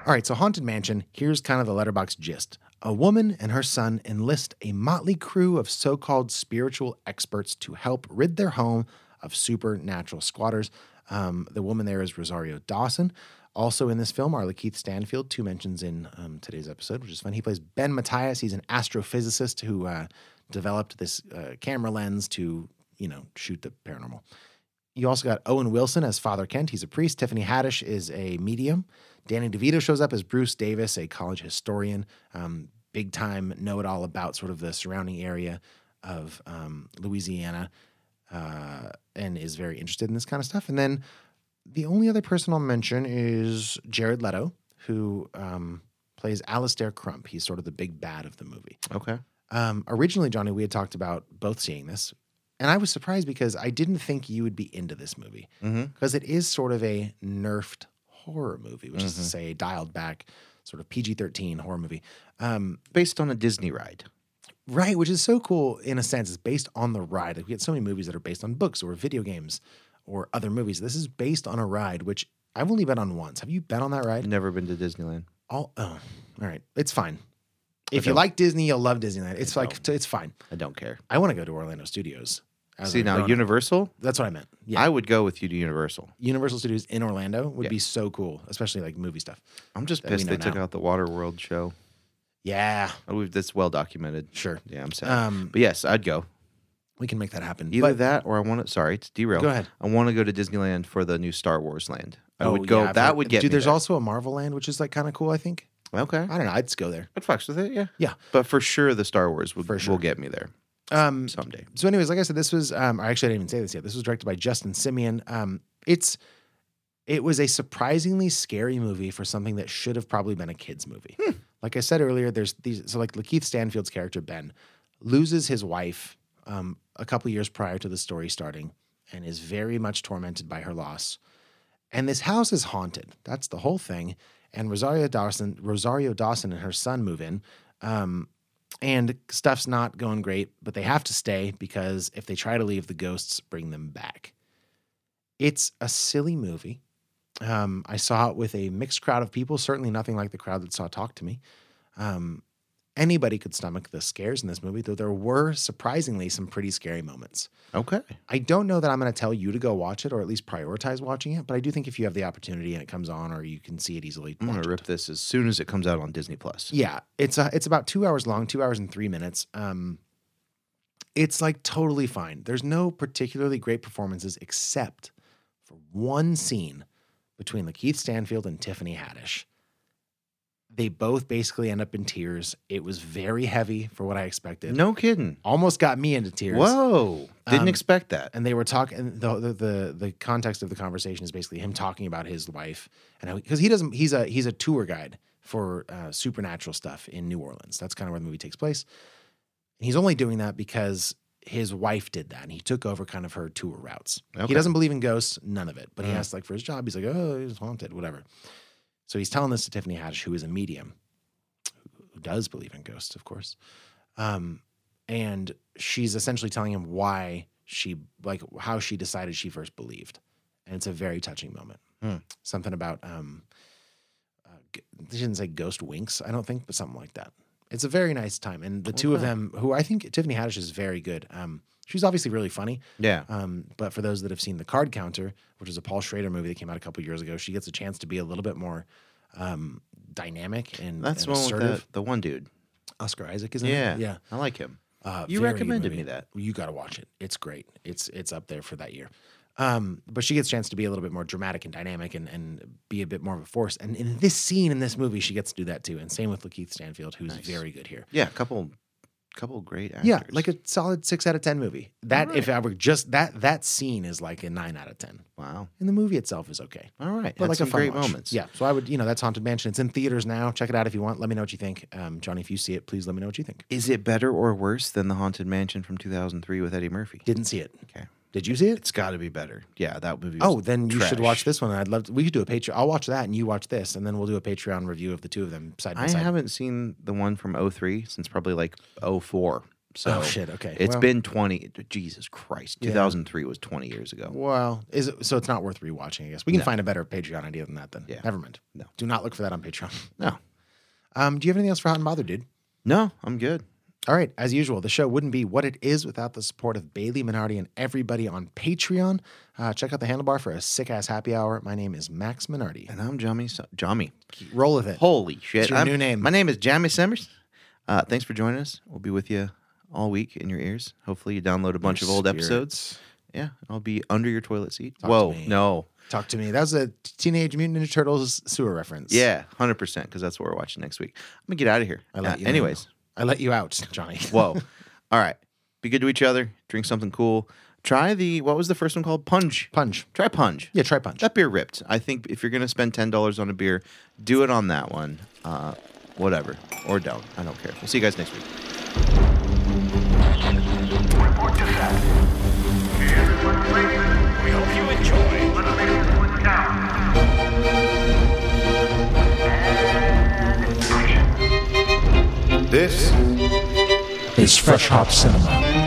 [SPEAKER 1] All right, so Haunted Mansion, here's kind of the letterbox gist. A woman and her son enlist a motley crew of so called spiritual experts to help rid their home of supernatural squatters. Um, the woman there is Rosario Dawson. Also in this film are Lakeith Stanfield, two mentions in um, today's episode, which is fun. He plays Ben Matthias. He's an astrophysicist who uh, developed this uh, camera lens to you know, shoot the paranormal. You also got Owen Wilson as Father Kent. He's a priest. Tiffany Haddish is a medium. Danny DeVito shows up as Bruce Davis, a college historian, um, big time know it all about sort of the surrounding area of um, Louisiana, uh, and is very interested in this kind of stuff. And then the only other person I'll mention is Jared Leto, who um, plays Alastair Crump. He's sort of the big bad of the movie.
[SPEAKER 2] Okay.
[SPEAKER 1] Um, originally, Johnny, we had talked about both seeing this and I was surprised because I didn't think you would be into this movie because mm-hmm. is sort of a nerfed horror movie, which mm-hmm. is to say, dialed back, sort of PG 13 horror movie. Um,
[SPEAKER 2] based on a Disney ride.
[SPEAKER 1] Right, which is so cool in a sense. It's based on the ride. Like we get so many movies that are based on books or video games or other movies. This is based on a ride, which I've only been on once. Have you been on that ride?
[SPEAKER 2] Never been to Disneyland.
[SPEAKER 1] All, oh, all right. It's fine. If you like Disney, you'll love Disneyland. It's
[SPEAKER 2] I
[SPEAKER 1] like,
[SPEAKER 2] don't.
[SPEAKER 1] it's fine.
[SPEAKER 2] I don't care.
[SPEAKER 1] I want to go to Orlando Studios. as
[SPEAKER 2] See
[SPEAKER 1] I've
[SPEAKER 2] now,
[SPEAKER 1] grown-
[SPEAKER 2] Universal.
[SPEAKER 1] That's what I meant. Yeah.
[SPEAKER 2] I would go with you to Universal.
[SPEAKER 1] Universal Studios in Orlando would
[SPEAKER 2] Yeah.
[SPEAKER 1] be so cool, especially like movie stuff.
[SPEAKER 2] I'm just
[SPEAKER 1] That we
[SPEAKER 2] pissed
[SPEAKER 1] know
[SPEAKER 2] they took
[SPEAKER 1] now.
[SPEAKER 2] out the Waterworld show.
[SPEAKER 1] Yeah,
[SPEAKER 2] Oh, we've, that's well documented.
[SPEAKER 1] Sure.
[SPEAKER 2] Yeah, I'm sad.
[SPEAKER 1] Um,
[SPEAKER 2] but yes, I'd go.
[SPEAKER 1] we can make that happen.
[SPEAKER 2] Either
[SPEAKER 1] But-
[SPEAKER 2] that or I want to. Sorry, it's derailed.
[SPEAKER 1] Go ahead.
[SPEAKER 2] I want to go to Disneyland for the new Star Wars land. I
[SPEAKER 1] Oh,
[SPEAKER 2] would go.
[SPEAKER 1] yeah, I've
[SPEAKER 2] that
[SPEAKER 1] heard-
[SPEAKER 2] would get.
[SPEAKER 1] Dude,
[SPEAKER 2] me
[SPEAKER 1] there's
[SPEAKER 2] there.
[SPEAKER 1] also a Marvel Land, which is like kind of cool. I think.
[SPEAKER 2] okay.
[SPEAKER 1] I don't know. I'd just go there.
[SPEAKER 2] I'd fucks with it. Yeah.
[SPEAKER 1] Yeah.
[SPEAKER 2] But for sure, the Star Wars would
[SPEAKER 1] For sure.
[SPEAKER 2] will get me there
[SPEAKER 1] Um,
[SPEAKER 2] someday.
[SPEAKER 1] so, anyways, like I said, this was. Um, I actually didn't even say this yet. This was directed by Justin Simeon. Um, it's. It was a surprisingly scary movie for something that should have probably been a kids movie. Like I said earlier, there's these. So, like Lakeith Stanfield's character Ben loses his wife um, a couple years prior to the story starting, and is very much tormented by her loss. And this house is haunted. That's the whole thing. And Rosario Dawson, Rosario Dawson and her son move in. Um, and stuff's not going great, but they have to stay because if they try to leave, the ghosts bring them back. It's a silly movie. Um, I saw it with a mixed crowd of people, certainly nothing like the crowd that saw Talk to Me. Um, anybody could stomach the scares in this movie, though there were surprisingly some pretty scary moments.
[SPEAKER 2] Okay.
[SPEAKER 1] I don't know that I'm going to tell you to go watch it or at least prioritize watching it, but I do think if you have the opportunity and it comes on or you can see it easily,
[SPEAKER 2] I'm going to rip
[SPEAKER 1] it.
[SPEAKER 2] this as soon as it comes out on Disney Plus.
[SPEAKER 1] Yeah, it's a, it's about two hours long, two hours and three minutes. Um, it's like totally fine. There's no particularly great performances except for one scene between Lakeith Stanfield and Tiffany Haddish they both basically end up in tears. It was very heavy for what I expected.
[SPEAKER 2] No kidding.
[SPEAKER 1] Almost got me into tears.
[SPEAKER 2] Whoa. Didn't um, expect that.
[SPEAKER 1] And they were talking the, the, the the context of the conversation is basically him talking about his wife and cuz he doesn't he's a he's a tour guide for uh, supernatural stuff in New Orleans. That's kind of where the movie takes place. And he's only doing that because his wife did that and he took over kind of her tour routes. Okay. He doesn't believe in ghosts, none of it. But mm-hmm. he has like for his job, he's like, "Oh, he's haunted, whatever." So he's telling this to Tiffany Haddish, who is a medium, who does believe in ghosts, of course. Um, and she's essentially telling him why she, like, how she decided she first believed. And it's a very touching moment.
[SPEAKER 2] Hmm.
[SPEAKER 1] Something about, um, uh, they didn't say ghost winks, I don't think, but something like that. It's a very nice time. And the okay. two of them, who I think Tiffany Haddish is very good. Um, she's obviously really funny.
[SPEAKER 2] Yeah.
[SPEAKER 1] Um, but for those that have seen The Card Counter, which is a Paul Schrader movie that came out a couple years ago, she gets a chance to be a little bit more um, dynamic and
[SPEAKER 2] that's
[SPEAKER 1] and
[SPEAKER 2] one the, the, one dude,
[SPEAKER 1] Oscar Isaac, is
[SPEAKER 2] yeah,
[SPEAKER 1] it? Mm-hmm. Yeah,
[SPEAKER 2] I like him.
[SPEAKER 1] Uh,
[SPEAKER 2] you recommended me that.
[SPEAKER 1] You got to watch it. It's great. It's it's up there for that year. Um, but she gets a chance to be a little bit more dramatic and dynamic and, and be a bit more of a force. And in this scene in this movie, she gets to do that too. And same with Lakeith Stanfield, who's nice. very good here.
[SPEAKER 2] Yeah, couple couple great actors.
[SPEAKER 1] Yeah, like a solid six out of ten movie. That right. if I were just that that scene is like a nine out of ten.
[SPEAKER 2] Wow.
[SPEAKER 1] And the movie itself is okay.
[SPEAKER 2] All right, but Had like some a great watch. moments.
[SPEAKER 1] Yeah. So I would, you know, that's Haunted Mansion. It's in theaters now. Check it out if you want. Let me know what you think, um, Johnny. If you see it, please let me know what you think.
[SPEAKER 2] Is it better or worse than the Haunted Mansion from 2003 with Eddie Murphy?
[SPEAKER 1] Didn't see it.
[SPEAKER 2] Okay.
[SPEAKER 1] Did you see it?
[SPEAKER 2] It's got to be better. Yeah, that movie.
[SPEAKER 1] oh, then trash. you should watch this one. I'd love. To, we could do a Patreon. I'll watch that, and you watch this, and then we'll do a Patreon review of the two of them side by
[SPEAKER 2] I
[SPEAKER 1] side.
[SPEAKER 2] haven't seen the one from 03 since probably like 04. So
[SPEAKER 1] oh shit. Okay,
[SPEAKER 2] it's
[SPEAKER 1] well,
[SPEAKER 2] been 20. Jesus Christ, 2003 yeah. was 20 years ago.
[SPEAKER 1] Well, is it, so it's not worth rewatching. I guess we can no. find a better Patreon idea than that. Then
[SPEAKER 2] yeah,
[SPEAKER 1] never mind.
[SPEAKER 2] No,
[SPEAKER 1] do not look for that on Patreon.
[SPEAKER 2] No.
[SPEAKER 1] Um, do you have anything else for Hot and Bothered, dude?
[SPEAKER 2] No, I'm good.
[SPEAKER 1] All right, as usual, the show wouldn't be what it is without the support of Bailey Minardi and everybody on Patreon. Uh, check out the handlebar for a sick ass happy hour. My name is Max Minardi.
[SPEAKER 2] And I'm Jami. Jami.
[SPEAKER 1] Roll with it.
[SPEAKER 2] Holy shit.
[SPEAKER 1] It's your
[SPEAKER 2] I'm,
[SPEAKER 1] new name.
[SPEAKER 2] My name is Jami Summers. Uh, thanks for joining us. We'll be with you all week in your ears. Hopefully, you download a bunch
[SPEAKER 1] Your
[SPEAKER 2] of old
[SPEAKER 1] spirits.
[SPEAKER 2] episodes. Yeah, I'll be under your toilet seat.
[SPEAKER 1] Talk to
[SPEAKER 2] Whoa,
[SPEAKER 1] me.
[SPEAKER 2] no.
[SPEAKER 1] Talk to me. That was a Teenage Mutant Ninja Turtles sewer reference.
[SPEAKER 2] Yeah, 100%, because that's what we're watching next week. I'm going to get out of here.
[SPEAKER 1] I
[SPEAKER 2] Uh,
[SPEAKER 6] Uh,
[SPEAKER 1] let you know.
[SPEAKER 2] anyways.
[SPEAKER 1] I let you out, Johnny.
[SPEAKER 2] Whoa. All right. Be good to each other. Drink something cool. Try the what was the first one called? Punch.
[SPEAKER 1] Punch.
[SPEAKER 2] Try punch.
[SPEAKER 1] Yeah, try punch.
[SPEAKER 2] That beer ripped. I think if you're gonna spend ten dollars on a beer, do it on that one. Uh, whatever, or don't. I don't care. We'll see you guys next week.
[SPEAKER 4] Report to Seth. Hey, everyone, please. We hope you enjoy. Let's make this one count. And action.
[SPEAKER 5] This
[SPEAKER 6] is Fresh Hop Cinema.